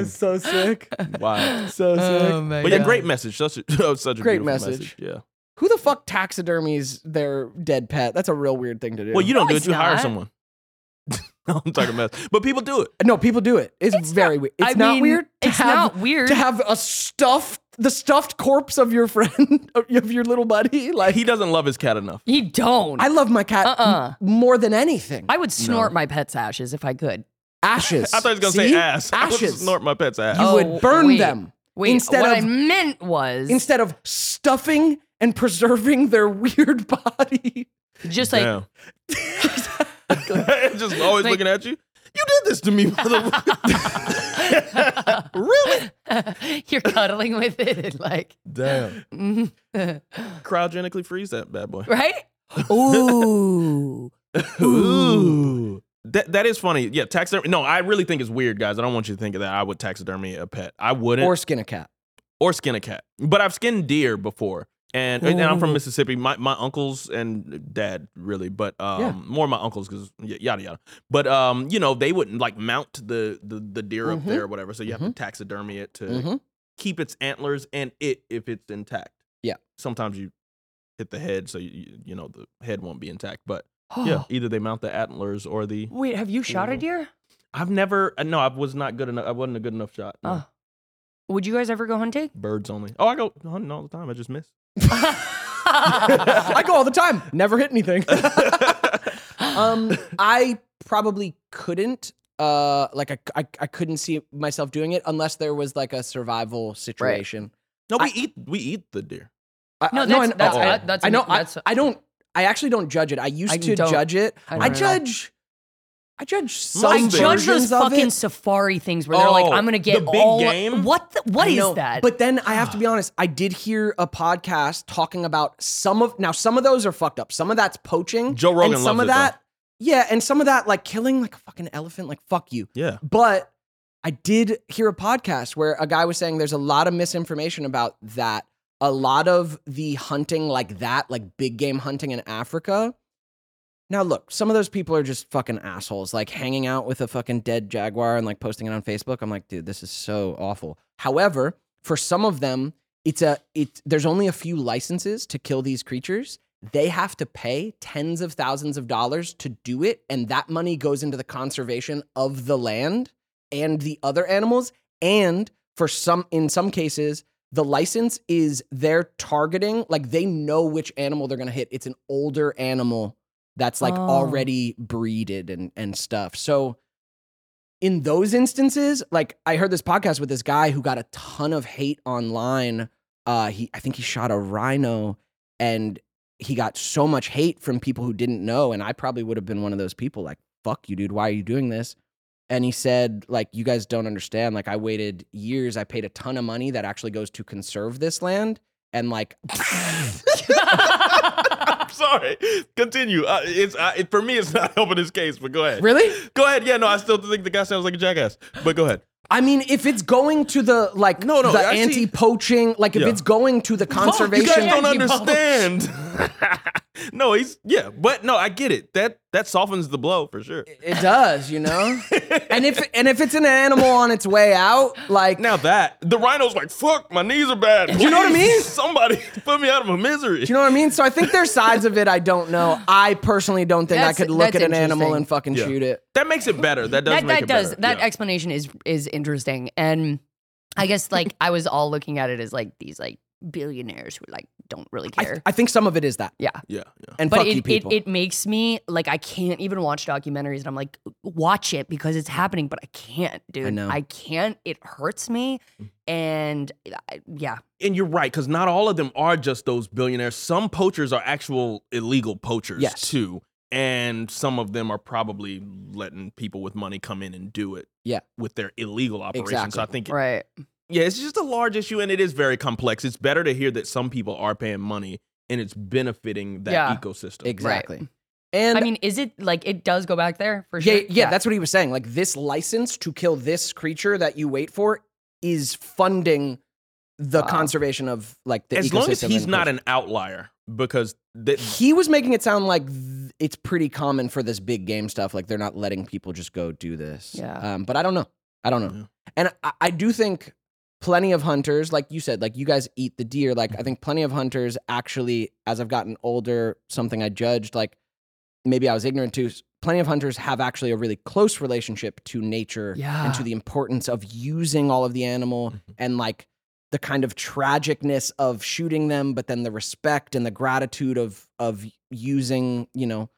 S2: It's so sick.
S1: Wow.
S2: So sick.
S3: Oh my
S1: But yeah,
S3: God.
S1: great message. Such a, such a
S2: Great
S1: beautiful
S2: message.
S1: Yeah.
S2: Who the fuck taxidermies their dead pet? That's a real weird thing to do.
S1: Well, you don't
S3: No,
S1: do
S3: it's
S1: it. You hire
S3: not.
S1: someone. I'm talking about, but people do it.
S2: no, people do it. It's, very weird. It's
S3: I
S2: not
S3: mean,
S2: weird. To
S3: it's
S2: have,
S3: not weird.
S2: to have a stuffed the stuffed corpse of your friend of your- of your little buddy. Like
S1: He doesn't love his cat enough.
S3: You don't.
S2: I
S3: I,
S2: love my cat
S3: Uh-uh.
S2: m- more than anything.
S3: would snort my pet's ashes if I could.
S2: ashes.
S1: I thought he was gonna
S2: See?
S1: say ass. I would
S2: Ashes.
S1: snort my pet's ass.
S2: You
S3: Oh,
S2: would burn
S3: wait.
S2: them
S3: Wait,
S2: instead
S3: what
S2: of
S3: I meant was
S2: instead of stuffing and preserving their weird body.
S3: just like
S1: Damn. just always
S3: Like-
S1: looking at you. You did this to me, motherfucker. really?
S3: you're cuddling with it, and like
S1: Damn.
S3: mm,
S1: Cryogenically freeze that bad boy.
S3: right? Ooh,
S1: Ooh. That that is funny. Yeah, taxidermy. No, I really think it's weird, guys. I don't want you to think that I would taxidermy a pet. I wouldn't.
S2: Or skin a cat.
S1: or skin a cat. But I've skinned deer before. And, and I'm from
S3: Ooh.
S1: Mississippi. My my uncles and dad really, but um,
S2: Yeah.
S1: more my uncles because yada yada. But um, you know they wouldn't like mount the the, the deer up
S2: Mhm.
S1: there or whatever. So you have to taxidermy it to
S2: Mhm.
S1: keep its antlers and it if it's intact.
S2: Yeah.
S1: Sometimes you hit the head, so you- you you know the head won't be intact. But yeah, either they mount the antlers or the.
S3: Wait, have you shot a deer?
S1: I've never. uh, No, I was not good enough. I wasn't a good enough shot. no.
S3: Oh. Would you guys ever go hunting?
S1: Birds only. Oh, I go hunting all the time. I just miss.
S2: I go all the time. Never hit anything. um, I probably couldn't. Uh, like I, I, I couldn't see myself doing it unless there was like a survival situation.
S1: No, we eat we eat the deer.
S2: I, I-
S3: no,
S2: I-
S3: that's that's,
S1: oh, oh.
S3: uh, that's
S2: I know. I,
S3: That's,
S2: I don't. I actually don't judge it. I used
S3: I
S2: to
S3: don't-
S2: judge it.
S3: I
S2: I,
S3: don't at all.
S2: judge. I judge some
S1: I
S3: I judge those
S2: versions of
S3: fucking
S2: it.
S3: safari things where they're like,
S1: Oh,
S3: "I'm gonna get
S1: the big
S3: all
S1: game?
S3: what the, what
S2: I
S3: is
S2: know,
S3: that?" Ah.
S2: But then I have to be honest. I did hear a podcast talking about some of now. Some of those are fucked up. Some of that's poaching.
S1: Joe Rogan
S2: And some
S1: loves
S2: of
S1: it, though.
S2: that, yeah, and some of that like killing like a fucking elephant. Like fuck you.
S1: Yeah.
S2: But I did hear a podcast where a guy was saying there's a lot of misinformation about that. A lot of the hunting like that, like big game hunting in Africa. Now look, some of those people are just fucking assholes, like hanging out with a fucking dead jaguar and like posting it on Facebook. I'm like, dude, this is so awful. However, for some of them, it's a it there's only a few licenses to kill these creatures they have to pay tens of thousands of dollars to do it and that money goes into the conservation of the land and the other animals and for some in some cases the license is their targeting like they know which animal they're going to hit it's an older animal that's like
S3: Oh.
S2: already breeded and and stuff so in those instances like i heard this podcast with this guy who got a ton of hate online uh he i think he shot a rhino and he got so much hate from people who didn't know, and I probably would have been one of those people like, "Fuck you, dude! Why are you doing this?" And he said, like, you guys don't understand. Like, I waited years. I paid a ton of money that actually goes to conserve this land. And like,
S1: I'm sorry. Continue. Uh, it's uh, it, for me. It's not helping his case. But go ahead.
S2: really?
S1: Go ahead. Yeah. No, I still think the guy sounds like a jackass. But go ahead.
S2: I mean, if it's going to the like,
S1: No, no,
S2: the
S1: I see-
S2: anti-poaching, like, if
S1: Yeah.
S2: it's going to the
S1: You guys
S2: conservation,
S1: don't
S3: Anti-poach.
S1: understand. no, he's yeah. But no, I get it. That that softens the blow for sure.
S2: it does, you know. and if and if it's an animal on its way out, like,
S1: Now that the rhino's like, fuck, my knees are bad.
S2: You know what I
S1: Please,
S2: mean?
S1: Somebody put me out of my misery.
S2: Do you know what I mean? So I think there's sides of it I don't know. I personally don't think
S3: That's-
S2: I could look
S3: that's
S2: at an animal
S3: interesting.
S2: and fucking
S1: Yeah.
S2: shoot it.
S1: that makes it better. That does
S3: that
S1: make
S3: that
S1: it
S3: does
S1: better.
S3: that
S1: Yeah.
S3: explanation is is interesting, and I guess like I was all looking at it as like these like billionaires who like don't really
S2: I,
S3: care.
S2: I think some of it is that.
S3: yeah,
S1: yeah, yeah.
S2: And
S3: but
S2: fuck you
S3: it, it
S2: people.
S3: it makes me like I can't even watch documentaries, and I'm like watch it because it's happening, but I can't, dude.
S2: know.
S3: can't. It hurts me, and I, yeah,
S1: And you're right, because not all of them are just those billionaires. Some poachers are actual illegal poachers
S2: Yes.
S1: too, and some of them are probably letting people with money come in and do it.
S2: Yeah.
S1: with their illegal operations. So
S2: Exactly.
S1: I think
S3: right.
S1: Yeah, it's just a large issue and it is very complex. It's better to hear that some people are paying money and it's benefiting that
S3: Yeah.
S1: ecosystem.
S2: exactly. And
S3: I mean, is it like it does go back there for
S2: yeah,
S3: sure?
S2: yeah, that's what he was saying. Like this license to kill this creature that you wait for is funding the
S3: Wow.
S2: conservation of like the
S1: as long as
S2: ecosystem
S1: he's
S2: and
S1: not
S2: the-
S1: an outlier, because that
S2: he was making it sound like th- it's pretty common for this big game stuff. Like they're not letting people just go do this.
S3: Yeah.
S2: Um, but I don't know. I don't know.
S1: Yeah.
S2: And I, I do think plenty of hunters, like you said, like you guys eat the deer. Like I think plenty of hunters actually, as I've gotten older, something I judged, like maybe I was ignorant to, s- plenty of hunters have actually a really close relationship to nature
S3: Yeah.
S2: and to the importance of using all of the animal and like the kind of tragicness of shooting them, but then the respect and the gratitude of of using, you know.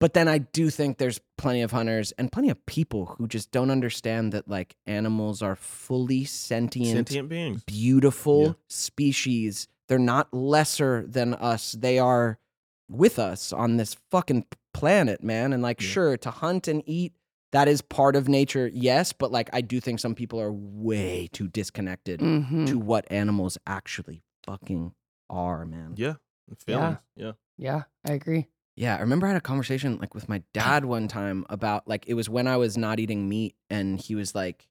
S2: But then I do think there's plenty of hunters and plenty of people who just don't understand that like animals are fully sentient,
S1: sentient beings.
S2: beautiful
S1: Yeah.
S2: species. They're not lesser than us. They are with us on this fucking planet, man. And like,
S1: Yeah.
S2: sure, to hunt and eat, that is part of nature, yes. But like, I do think some people are way too disconnected
S1: Mm.
S3: Mhm.
S2: to what animals actually fucking are, man.
S1: Yeah. and Feelings. Yeah.
S3: yeah, I agree.
S2: Yeah, I remember I had a conversation like with my dad one time about like it was when I was not eating meat and he was like,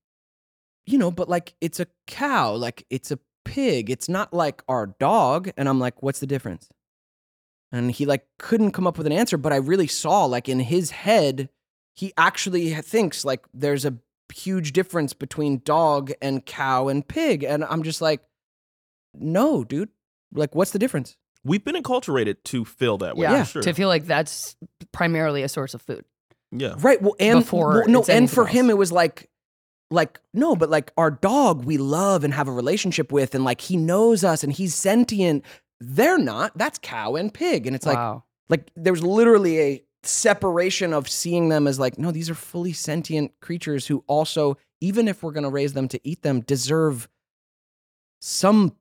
S2: you know, but like it's a cow, like it's a pig, it's not like our dog. And I'm like, what's the difference? And he like couldn't come up with an answer, but I really saw like in his head, he actually thinks like there's a huge difference between dog and cow and pig. And I'm just like, no, dude. Like, what's the difference?
S1: We've been enculturated to feel that way.
S3: Yeah,
S1: Yeah. Sure.
S3: to feel like that's primarily a source of food.
S1: yeah.
S2: Right. Well, and
S3: Before
S2: well, no,
S3: it's
S2: and
S3: anything
S2: for him,
S3: else.
S2: it was like, like no, but like our dog, we love and have a relationship with, and like he knows us, and he's sentient. They're not. That's cow and pig, and it's like,
S3: wow.
S2: like there was literally a separation of seeing them as like, no, these are fully sentient creatures who also, even if we're gonna raise them to eat them, deserve some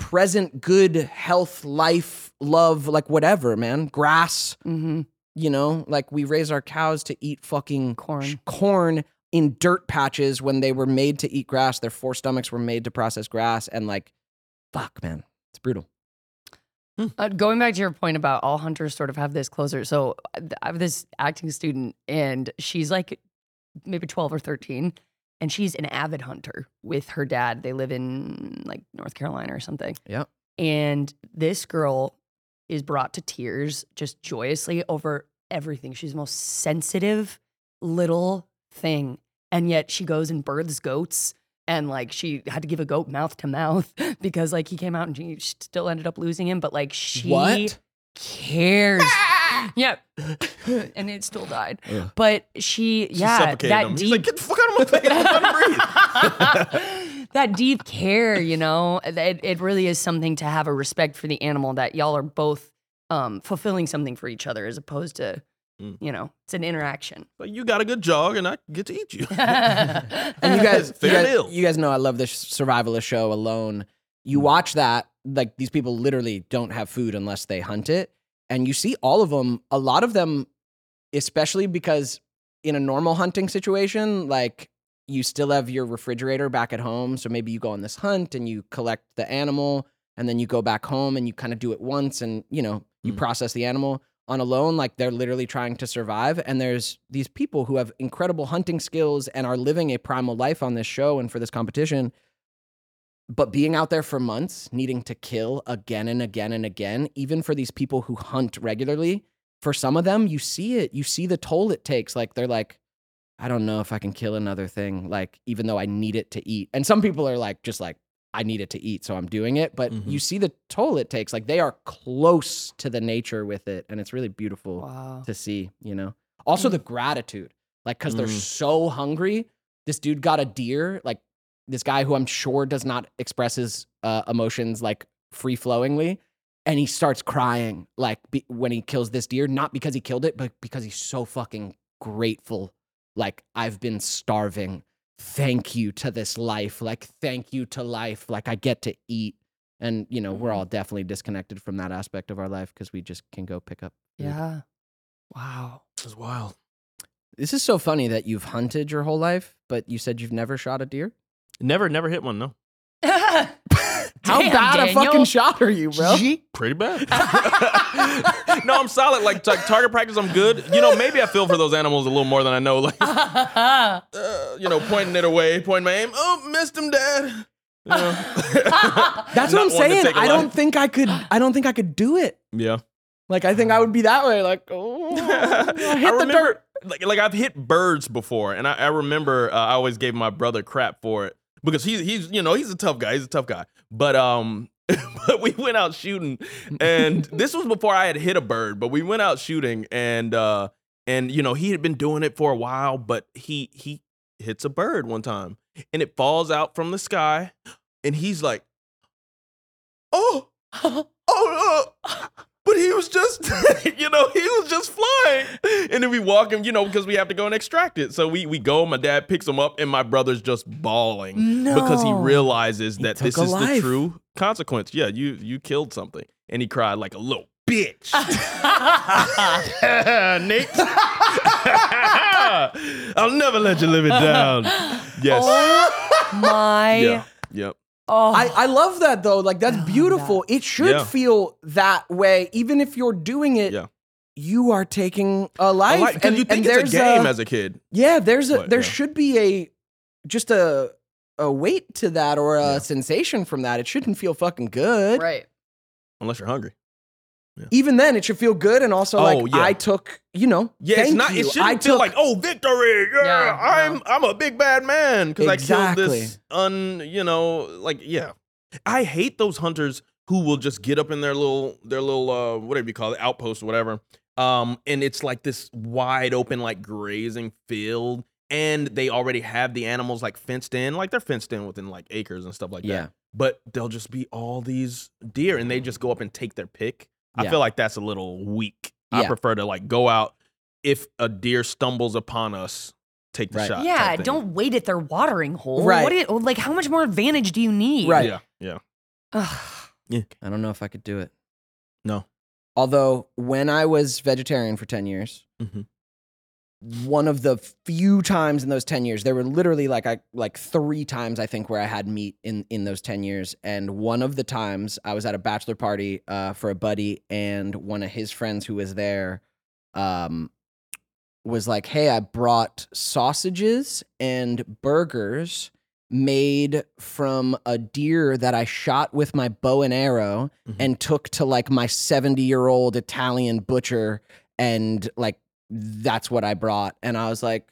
S2: present good health, life, love, like whatever, man, grass
S3: hmm
S2: you know like we raise our cows to eat fucking
S3: Corn.
S2: sh- corn in dirt patches when they were made to eat grass their four stomachs were made to process grass and like fuck man it's brutal
S3: Uh, going back to your point about all hunters sort of have this closer. So uh, th- I have this acting student, and she's like maybe 12 or 13, and she's an avid hunter with her dad. They live in like North Carolina or something.
S2: Yep.
S3: And this girl is brought to tears just joyously over everything. She's the most sensitive little thing. And yet she goes and births goats and like she had to give a goat mouth to mouth because like he came out and she she still ended up losing him, but like she
S2: what
S3: cares. yep. and it still died.
S2: Ugh.
S3: But
S1: She
S3: she, yeah,
S1: suffocated
S3: that
S1: him. He's
S3: deep
S1: like, get the fuck out of my face. I'm trying to breathe.
S3: that deep care, you know, it, it really is something to have a respect for the animal that y'all are both um, fulfilling something for each other as opposed to,
S1: Mm.
S3: you know, it's an interaction.
S1: But you got a good jog and I get to eat you.
S2: and you guys, you
S1: Fair
S2: guys
S1: deal.
S2: you guys know i love this survivalist show alone you watch that like these people literally don't have food unless they hunt it and you see all of them. A lot of them, especially because in a normal hunting situation, like you still have your refrigerator back at home. So maybe you go on this hunt and you collect the animal and then you go back home and you kind of do it once and you know, you
S1: Mm.
S2: process the animal on a loan. Like they're literally trying to survive. And there's these people who have incredible hunting skills and are living a primal life on this show and for this competition. But being out there for months, needing to kill again and again and again, even for these people who hunt regularly, for some of them, you see it. You see the toll it takes. Like they're like, I don't know if I can kill another thing, like even though I need it to eat. And some people are like, just like, I need it to eat, so I'm doing it. But
S1: Mhm.
S2: you see the toll it takes. Like they are close to the nature with it. And it's really beautiful
S3: Wow.
S2: to see, you know? Also the gratitude. Like, cause they're
S1: Mm.
S2: so hungry. This dude got a deer, like this guy who I'm sure does not express his uh, emotions like free flowingly. And he starts crying, like be- when he kills this deer, not because he killed it, but because he's so fucking grateful. Like, I've been starving. Thank you to this life. Like, thank you to life. Like, I get to eat. And, you know, we're all definitely disconnected from that aspect of our life because we just can go pick up. food.
S3: Yeah. Wow.
S1: That's wild.
S2: This is so funny that you've hunted your whole life, but you said you've never shot a deer.
S1: Never, never hit one. No,
S2: How
S3: Damn,
S2: bad a
S3: Daniel.
S2: fucking shot are you, bro?
S1: pretty bad. no, I'm solid. Like, like target practice, I'm good. You know, maybe I feel for those animals a little more than I know. Like, uh, you know, pointing it away, pointing my aim. Oh, missed him, Dad. You know?
S2: That's
S1: Not
S2: what I'm
S1: one to
S2: saying.
S1: take a
S2: I don't
S1: life.
S2: think I could. I don't think I could do it.
S1: yeah.
S2: Like I think I would be that way. Like oh, I hit the dirt.
S1: Like, like I've hit birds before, and I, I remember uh, I always gave my brother crap for it because he's he's you know he's a tough guy. He's a tough guy, but um. but we went out shooting and this was before I had hit a bird, but we went out shooting and uh and you know he had been doing it for a while, but he he hits a bird one time and it falls out from the sky and he's like oh oh, oh. but he was just you know he was just flying and then we walk him you know because we have to go and extract it so we we go my dad picks him up and my brother's just bawling
S3: no.
S1: because he realizes
S2: He
S1: that
S2: took
S1: this
S2: a
S1: is the
S2: life.
S1: true consequence yeah you you killed something and he cried like a little bitch Nate I'll never let you live it down yes
S2: Oh,
S3: Oh My.
S1: yeah yep
S3: Oh.
S2: I, I love that though. Like that's
S3: I love
S2: beautiful. It should
S1: Oh, Yeah.
S2: feel that way, even if you're doing it.
S1: Yeah.
S2: You are taking a life,
S1: like, 'cause
S2: and,
S1: you
S2: and
S1: think it's a
S2: there's
S1: game as a kid
S2: Yeah, there's a
S1: But,
S2: there
S1: yeah.
S2: should be a just a a weight to that or a
S1: Yeah.
S2: sensation from that. It shouldn't feel fucking good.
S3: right.
S1: unless you're hungry
S2: Even then, it should feel good and also
S1: Oh,
S2: like
S1: yeah.
S2: I took, you know,
S1: Yeah, it's
S2: thank
S1: not.
S2: You.
S1: It shouldn't
S2: I
S1: feel
S2: took,
S1: like, oh, victory! Yeah,
S3: Yeah,
S1: I'm I'm a big bad man because I killed this
S2: Exactly.
S1: un. You know, like yeah, I hate those hunters who will just get up in their little their little uh whatever you call it outpost or whatever. Um, and it's like this wide open like grazing field, and they already have the animals like fenced in, like they're fenced in within like acres and stuff like that
S2: yeah,
S1: but they'll just be all these deer and they just go up and take their pick. I
S2: Yeah.
S1: feel like that's a little weak. I
S2: Yeah.
S1: prefer to like go out if a deer stumbles upon us, take the
S2: Right.
S1: shot.
S3: Yeah.
S1: type thing.
S3: Don't wait at their watering hole.
S2: Right.
S3: What it, like, how much more advantage do you need?
S2: Right.
S1: Yeah, yeah.
S3: Ugh.
S2: I don't know if I could do it.
S1: No.
S2: Although when I was vegetarian for ten years,
S1: Mhm.
S2: one of the few times in those ten years, there were literally like I like three times I think where I had meat in in those ten years, and one of the times I was at a bachelor party uh, for a buddy, and one of his friends who was there, um, was like, "Hey, I brought sausages and burgers." made from a deer that I shot with my bow and arrow
S1: Mhm.
S2: and took to like my 70 year old Italian butcher. And like, that's what I brought. And I was like,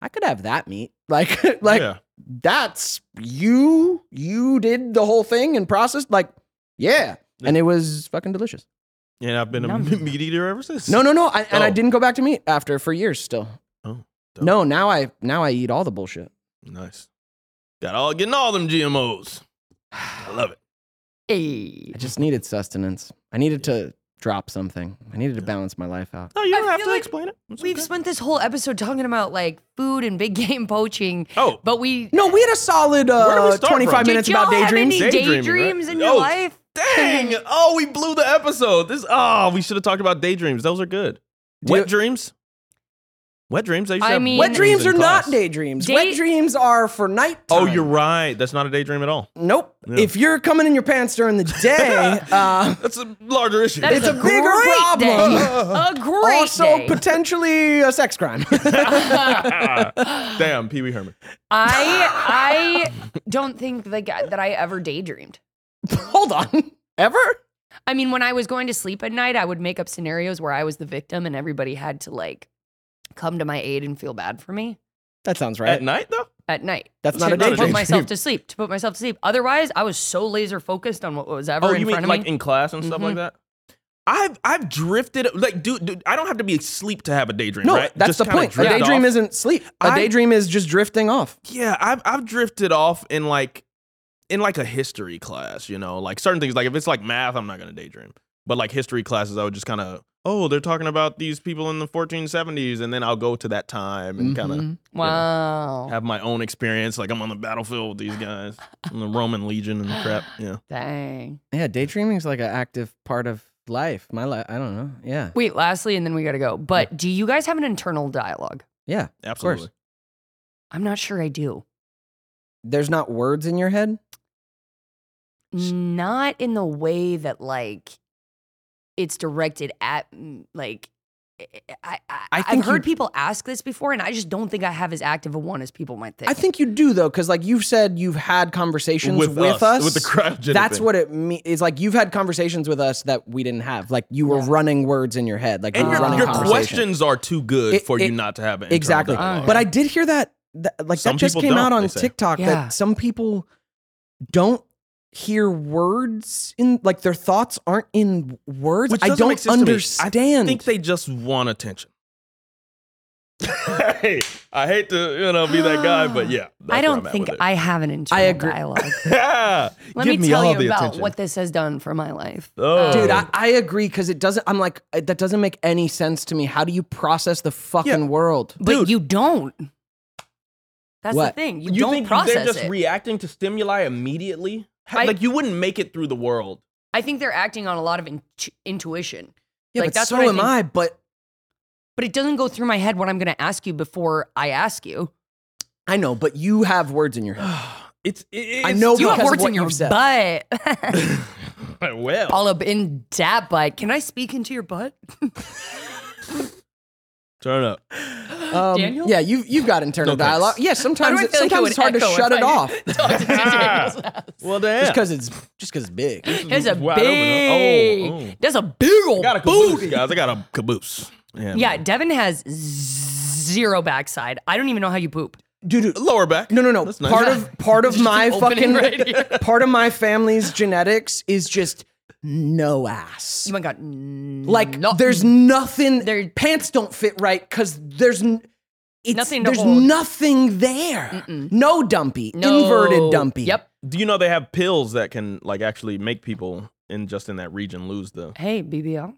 S2: I could have that meat. Like, like
S1: yeah.
S2: that's you, you did the whole thing and processed. Like, yeah. And it was fucking delicious.
S1: And I've been a
S3: Yum.
S1: meat eater ever since.
S2: No, no, no. I, And I
S1: Oh.
S2: didn't go back to meat after for years still.
S1: Oh, dope.
S2: no, now I, now I eat all the bullshit.
S1: Nice. Got all getting all them GMOs. I love it.
S3: Hey.
S2: I just needed sustenance. I needed to drop something. I needed to
S1: Yeah.
S2: balance my life out.
S1: No, you
S3: I
S1: don't have
S3: feel
S1: to
S3: like
S1: explain it. It's
S3: We've
S1: okay.
S3: spent this whole episode talking about like food and big game poaching,
S1: Oh,
S3: but we
S2: No, we had a solid
S1: Where do we
S2: uh,
S1: start
S2: 25
S1: from?
S2: minutes
S3: Did
S2: about
S3: y'all have
S2: daydreams.
S3: Any
S1: Daydreaming, right?
S3: daydreams in your
S1: Oh,
S3: life?
S1: Dang! Oh, we blew the episode. This oh, we should have talked about daydreams. Those are good. Wet
S2: Do-
S1: dreams. Wet dreams. They used to
S3: I
S1: have
S3: mean-
S2: Wet dreams
S1: in
S2: are not
S1: class.
S2: daydreams.
S3: Day-
S2: Wet dreams are for night.
S1: Oh, you're right. That's not a daydream at all.
S2: Nope.
S1: Yeah.
S2: If you're coming in your pants during the day, uh,
S1: That's a larger issue.
S3: That is
S2: It's a bigger
S3: great
S2: problem.
S3: day. a great
S2: also
S3: day. potentially
S2: potentially a sex crime.
S1: Damn, Pee Wee Herman.
S3: I I don't think like that I ever daydreamed.
S2: Hold on. Ever?
S3: I mean, when I was going to sleep at night, I would make up scenarios where I was the victim and everybody had to like come to my aid and feel bad for me
S2: That sounds
S1: At
S2: right.
S1: night though.
S3: at night.
S2: That's not
S1: To
S2: a
S1: put
S3: to put
S2: daydream.
S3: myself to sleep, to put myself to sleep. Otherwise, I was so laser focused on what was ever
S1: Oh,
S3: in
S1: you mean
S3: front
S1: like
S3: of me.
S1: in class and stuff
S2: Mm-hmm.
S1: like that? I've I've drifted like dude, dude I don't have to be asleep to have a daydream,
S2: No,
S1: right?
S2: that's
S1: Just
S2: the
S1: kinda
S2: point. A
S1: drift
S2: daydream
S1: off.
S2: isn't sleep. A
S1: I-
S2: daydream is just drifting off.
S1: Yeah, I've I've drifted off in like in like a history class, you know, like certain things. Like if it's like math, I'm not gonna daydream. But like history classes, I would just kind of oh, they're talking about these people in the 1470s, and then I'll go to that time and kind
S3: Mm-hmm.
S2: Mhm.
S3: wow.
S1: of have my own experience. Like I'm on the battlefield with these guys, in the Roman legion and crap. Yeah,
S3: Dang.
S2: Yeah, daydreaming is like an active part of life. My life. I don't know. Yeah.
S3: Wait, lastly, and then we got to go. But do you guys have an internal dialogue?
S2: Yeah.
S1: absolutely.
S3: I'm not sure I do.
S2: There's not words in your head.
S3: Not in the way that like it's directed at mm, like eh, I, I,
S2: I
S3: I
S2: think
S3: have heard
S2: you-
S3: people ask this before, and I just don't think I have as active a one as people might think.
S2: I think you do though, because like you've said, you've had conversations with, us.
S1: with the cryogenic.
S2: That's
S1: thing.
S2: what it means. It's like you've had conversations with us that we didn't have. Like you were
S3: Yeah.
S2: running words in your head. Like you
S1: And
S2: were
S3: you're
S1: your,
S2: running
S1: your
S2: conversation.
S1: questions are too good
S2: It-
S1: for you
S2: it-
S1: not to have an internal
S2: Exactly.
S1: dialogue.
S2: But I did hear that, that like
S1: Some
S2: that just
S1: people
S2: came out
S1: don't,
S2: on
S1: they say.
S2: TikTok
S3: Yeah.
S2: that some people don't hear words in like their thoughts aren't in words.
S1: Which
S2: I
S1: doesn't make sense
S2: don't
S1: to me. I
S2: understand.
S1: think they just want attention. hey, I hate to you know be that guy, but yeah,
S3: I don't think I have an internal
S2: agree.
S3: dialogue.
S1: I.
S3: Let
S1: Give
S3: me
S1: me
S3: tell
S1: all
S3: you
S1: the
S3: about
S1: attention.
S3: what this has done for my life.
S1: Oh.
S2: Dude, I, I agree because it doesn't. I'm like uh, that doesn't make any sense to me. How do you process the fucking world?
S3: But
S1: Dude.
S3: you don't. That's
S2: What?
S3: the thing. You,
S1: you
S3: don't
S1: think they're
S3: process
S1: just
S3: it.
S1: reacting to stimuli immediately? How-
S3: I-
S1: like you wouldn't make it through the world.
S3: I think they're acting on a lot of in- intuition,
S2: Yeah,
S3: Like,
S2: but
S3: that's
S2: so
S3: what I
S2: am
S3: think-
S2: I. But
S3: but it doesn't go through my head what I'm going to ask you before I ask you.
S2: I know. But you have words in your head.
S1: It's, it- it's
S2: I know
S3: you have
S2: because of
S3: words
S2: what
S3: in your
S2: you've said.
S3: butt.
S1: well,
S3: All up in that butt. Can I speak into your butt?
S1: turn up.
S2: Um,
S3: Daniel?
S2: Yeah, you've you've got internal
S1: No thanks.
S2: dialogue. Yeah, sometimes
S3: I
S2: it,
S3: feel like it
S2: sometimes
S3: would
S2: it's hard to
S3: echo if
S2: shut
S3: I
S2: it off
S3: Talked to Daniel's
S2: Ah.
S3: ass.
S1: Well, damn.
S2: just because it's just because it's big.
S3: There's a
S1: wide open, huh?
S3: big.
S1: Oh, oh.
S3: There's a big
S1: I
S3: old
S1: got a caboose,
S3: booty.
S1: guys. I got a caboose. Yeah.
S3: Yeah, Devin has zero backside. I don't even know how you pooped.
S2: Dude,
S1: Lower back.
S2: No, no, no.
S1: That's nice.
S2: Part of part of my fucking
S3: opening right here.
S2: part of my family's genetics is just no ass.
S3: Oh my god. n-
S2: Like
S3: no- mm.
S2: there's nothing.
S3: There-
S2: pants don't fit right because there's n- it's,
S3: Nothing to
S2: There's
S3: hold.
S2: nothing there. No dumpy.
S3: no-
S2: Inverted dumpy.
S3: Yep.
S1: Do you know they have pills that can like actually make people in just in that region lose the?
S3: Hey, BBL.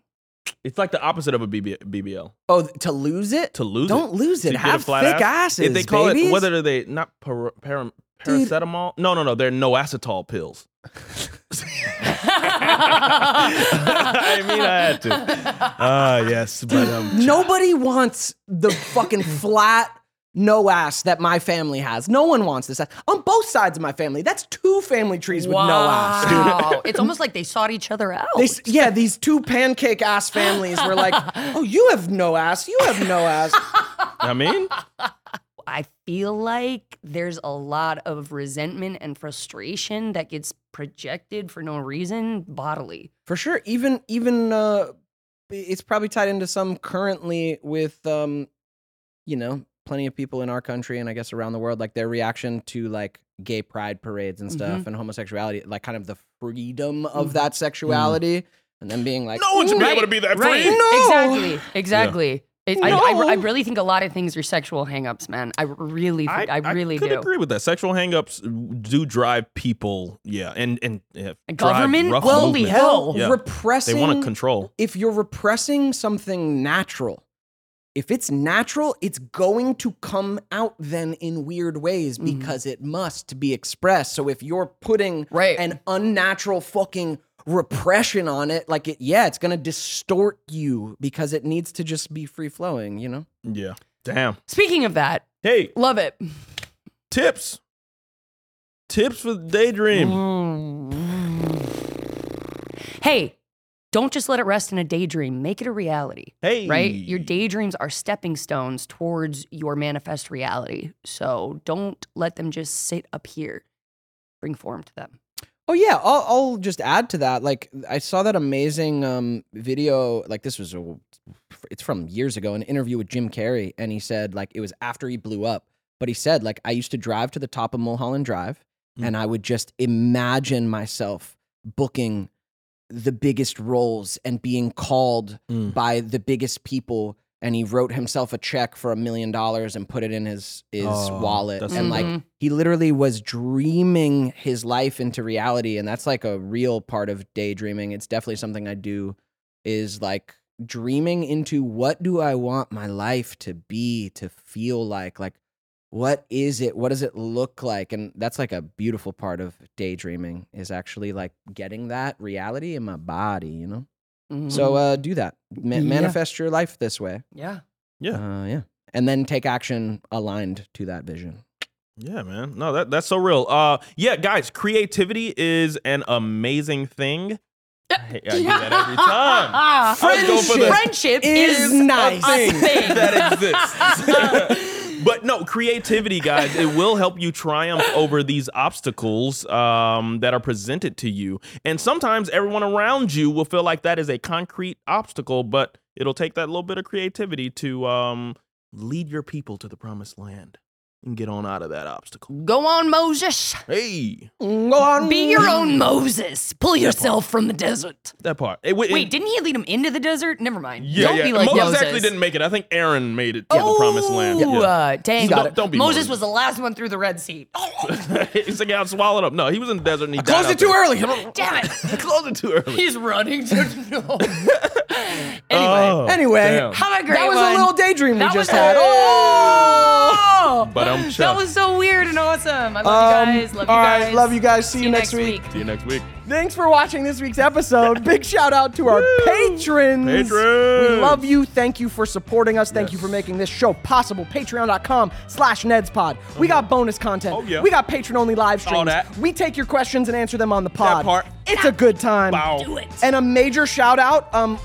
S1: It's like the opposite of a BB, BBL
S2: Oh, to lose it.
S1: to lose.
S2: Don't
S1: it.
S2: lose
S1: To
S2: it.
S1: get a
S2: Have thick
S1: flat ass.
S2: asses.
S1: If they call
S2: babies.
S1: it whether are they not para, para,
S2: Dude.
S1: paracetamol? No, no, no. They're noacetol pills. I mean, I had to. Ah, yes, but um,
S2: Nobody wants the fucking flat no ass that my family has. No one wants this. On both sides of my family, that's two family trees with no ass. dude.
S3: Wow. it's almost like they sought each other out.
S2: They, s- yeah, these two pancake ass families were like, "Oh, you have no ass. You have no ass."
S1: I mean,
S3: I feel like there's a lot of resentment and frustration that gets projected for no reason bodily.
S2: For sure. Even even uh, it's probably tied into some currently with um, you know, plenty of people in our country and I guess around the world, like their reaction to like gay pride parades and stuff and homosexuality, like kind of the freedom of that sexuality, and then being like,
S1: no one should be
S3: Right,
S1: able to be that
S3: Right.
S1: free.
S3: Exactly. Exactly. It- I, I,
S2: No.
S3: I really think a lot of things are sexual hangups, man. I really, I, really
S1: could
S3: do.
S1: agree with that. Sexual hangups do drive people, yeah, and and yeah, drive
S3: Government?
S1: rough
S3: Well,
S1: movements.
S2: hell,
S1: Yeah.
S2: repressing
S1: They want to control.
S2: if you're repressing something natural, if it's natural, it's going to come out then in weird ways because it must be expressed. So if you're putting
S3: Right.
S2: an unnatural fucking repression on it, like it, yeah, it's gonna distort you because it needs to just be free flowing, you know?
S1: Yeah. Damn.
S3: Speaking of that,
S1: Hey,
S3: love it.
S1: tips. Tips for
S3: Mm,
S1: daydream.
S3: Hey, don't just let it rest in a daydream. Make it a reality,
S1: Hey.
S3: right? Your daydreams are stepping stones towards your manifest reality. So don't let them just sit up here. Bring form to them.
S2: Oh yeah, I'll, I'll just add to that. Like I saw that amazing um, video. Like this was a, it's from years ago, an interview with Jim Carrey, and he said like it was after he blew up, but he said like I used to drive to the top of Mulholland Drive,
S1: Mm.
S2: and I would just imagine myself booking the biggest roles and being called
S1: Mm.
S2: by the biggest people. And he wrote himself a check for a million dollars and put it in his his
S1: Oh,
S2: wallet,
S1: that's
S2: and like
S3: Mhm.
S2: he literally was dreaming his life into reality and that's like a real part of daydreaming it's definitely something i do is like dreaming into what do i want my life to be to feel like like what is it what does it look like and that's like a beautiful part of daydreaming is actually like getting that reality in my body you know
S3: Mhm.
S2: so uh do that Ma-
S3: Yeah.
S2: manifest your life this way
S3: yeah.
S1: Yeah.
S2: uh, yeah and then take action aligned to that vision
S1: Yeah, man. No, that that's so real. Uh yeah, guys, creativity is an amazing thing.
S3: Uh,
S1: Hey, I do that every time. Let's go for the-
S3: Friendship
S2: is
S3: is
S2: nice.
S3: A thing.
S1: that exists. but no, creativity, guys, it will help you triumph over these obstacles um, that are presented to you. And sometimes everyone around you will feel like that is a concrete obstacle, but it'll take that little bit of creativity to um, lead your people to the promised land and get on out of that obstacle.
S3: Go on, Moses.
S1: Hey,
S2: go on
S3: Be your own Moses. Pull yourself from the desert.
S1: that part. It, it-
S3: Wait, didn't he lead him into the desert? Never mind.
S1: yeah,
S3: Don't
S1: yeah.
S3: be like
S1: Moses,
S3: Moses.
S1: actually didn't make it. I think Aaron made it to
S3: oh,
S1: the promised land. Yeah.
S3: uh, dang.
S1: You got Don't- it. don't be
S3: Moses
S1: Moses.
S3: was the last one through the Red Sea. Oh,
S1: He's like, yeah, I'm swallowed up. No, he was in the desert and he died
S2: Close
S1: out
S2: it too
S1: there.
S2: early.
S3: damn it.
S1: Close it too early.
S3: He's running to no. anyway,
S1: Oh,
S2: Anyway,
S1: damn.
S3: have a great
S2: That was
S3: one.
S2: a little daydream we
S3: That
S2: just
S3: was-
S2: had. Oh!
S3: Oh!
S1: But I'm
S3: that
S1: chuffed.
S3: was so weird and awesome. I love you guys. Love you
S2: Um, all
S3: guys.
S2: right, love you guys. See, you next, week.
S1: See you next week.
S2: Thanks for watching this week's episode. Big shout out to our
S1: Woo!
S2: patrons.
S1: Patrons!
S2: We love you. Thank you for supporting us. Thank you
S1: Yes.
S2: for making this show possible. Patreon.com slash NedsPod. We got bonus content.
S1: Oh, yeah.
S2: We got patron-only live streams.
S1: All that.
S2: We take your questions and answer them on the pod.
S1: part.
S2: It's a good time.
S1: Wow.
S3: Do it.
S2: And a major shout out, um,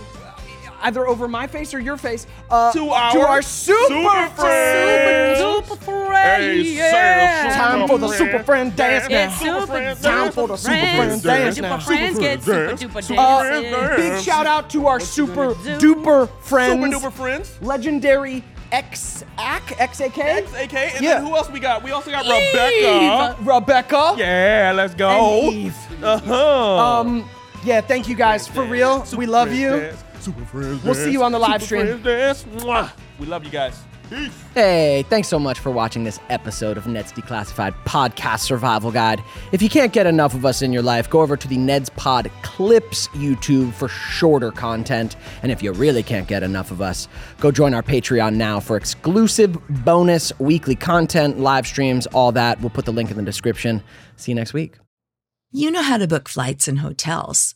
S2: either over my face or your face, uh,
S1: To our
S2: super,
S1: super
S2: friends.
S1: friends.
S3: Super friend.
S1: Hey, say the
S3: yeah.
S1: super
S2: Time for the super friend dance now.
S3: It's
S1: Super
S3: super
S1: friends.
S2: Time for the super friends
S3: friends.
S2: dance
S3: super
S2: now. Uh,
S3: friends get super
S1: Super
S3: duper
S1: friends.
S3: dances.
S1: friends.
S2: Big shout out to our super
S3: gonna do?
S2: duper friends,
S1: Super duper friends.
S2: legendary X-Ak, XAK,
S1: XAK. And
S2: Yeah.
S1: then who else we got? We also got
S3: Eve.
S1: Rebecca.
S2: Rebecca,
S1: Yeah, let's go.
S2: and Eve.
S1: Uh huh.
S2: Um, yeah, thank you guys for real. We love you.
S1: Super friends.
S2: We'll see
S1: dance.
S2: you on the live
S1: Super
S2: stream.
S1: Friends dance. Mwah. We love you guys. Peace.
S2: Hey, thanks so much for watching this episode of Ned's Declassified Podcast Survival Guide. If you can't get enough of us in your life, go over to the Ned's Pod Clips YouTube for shorter content. And if you really can't get enough of us, go join our Patreon now for exclusive bonus weekly content, live streams, all that. We'll put the link in the description. See you next week.
S5: You know how to book flights and hotels.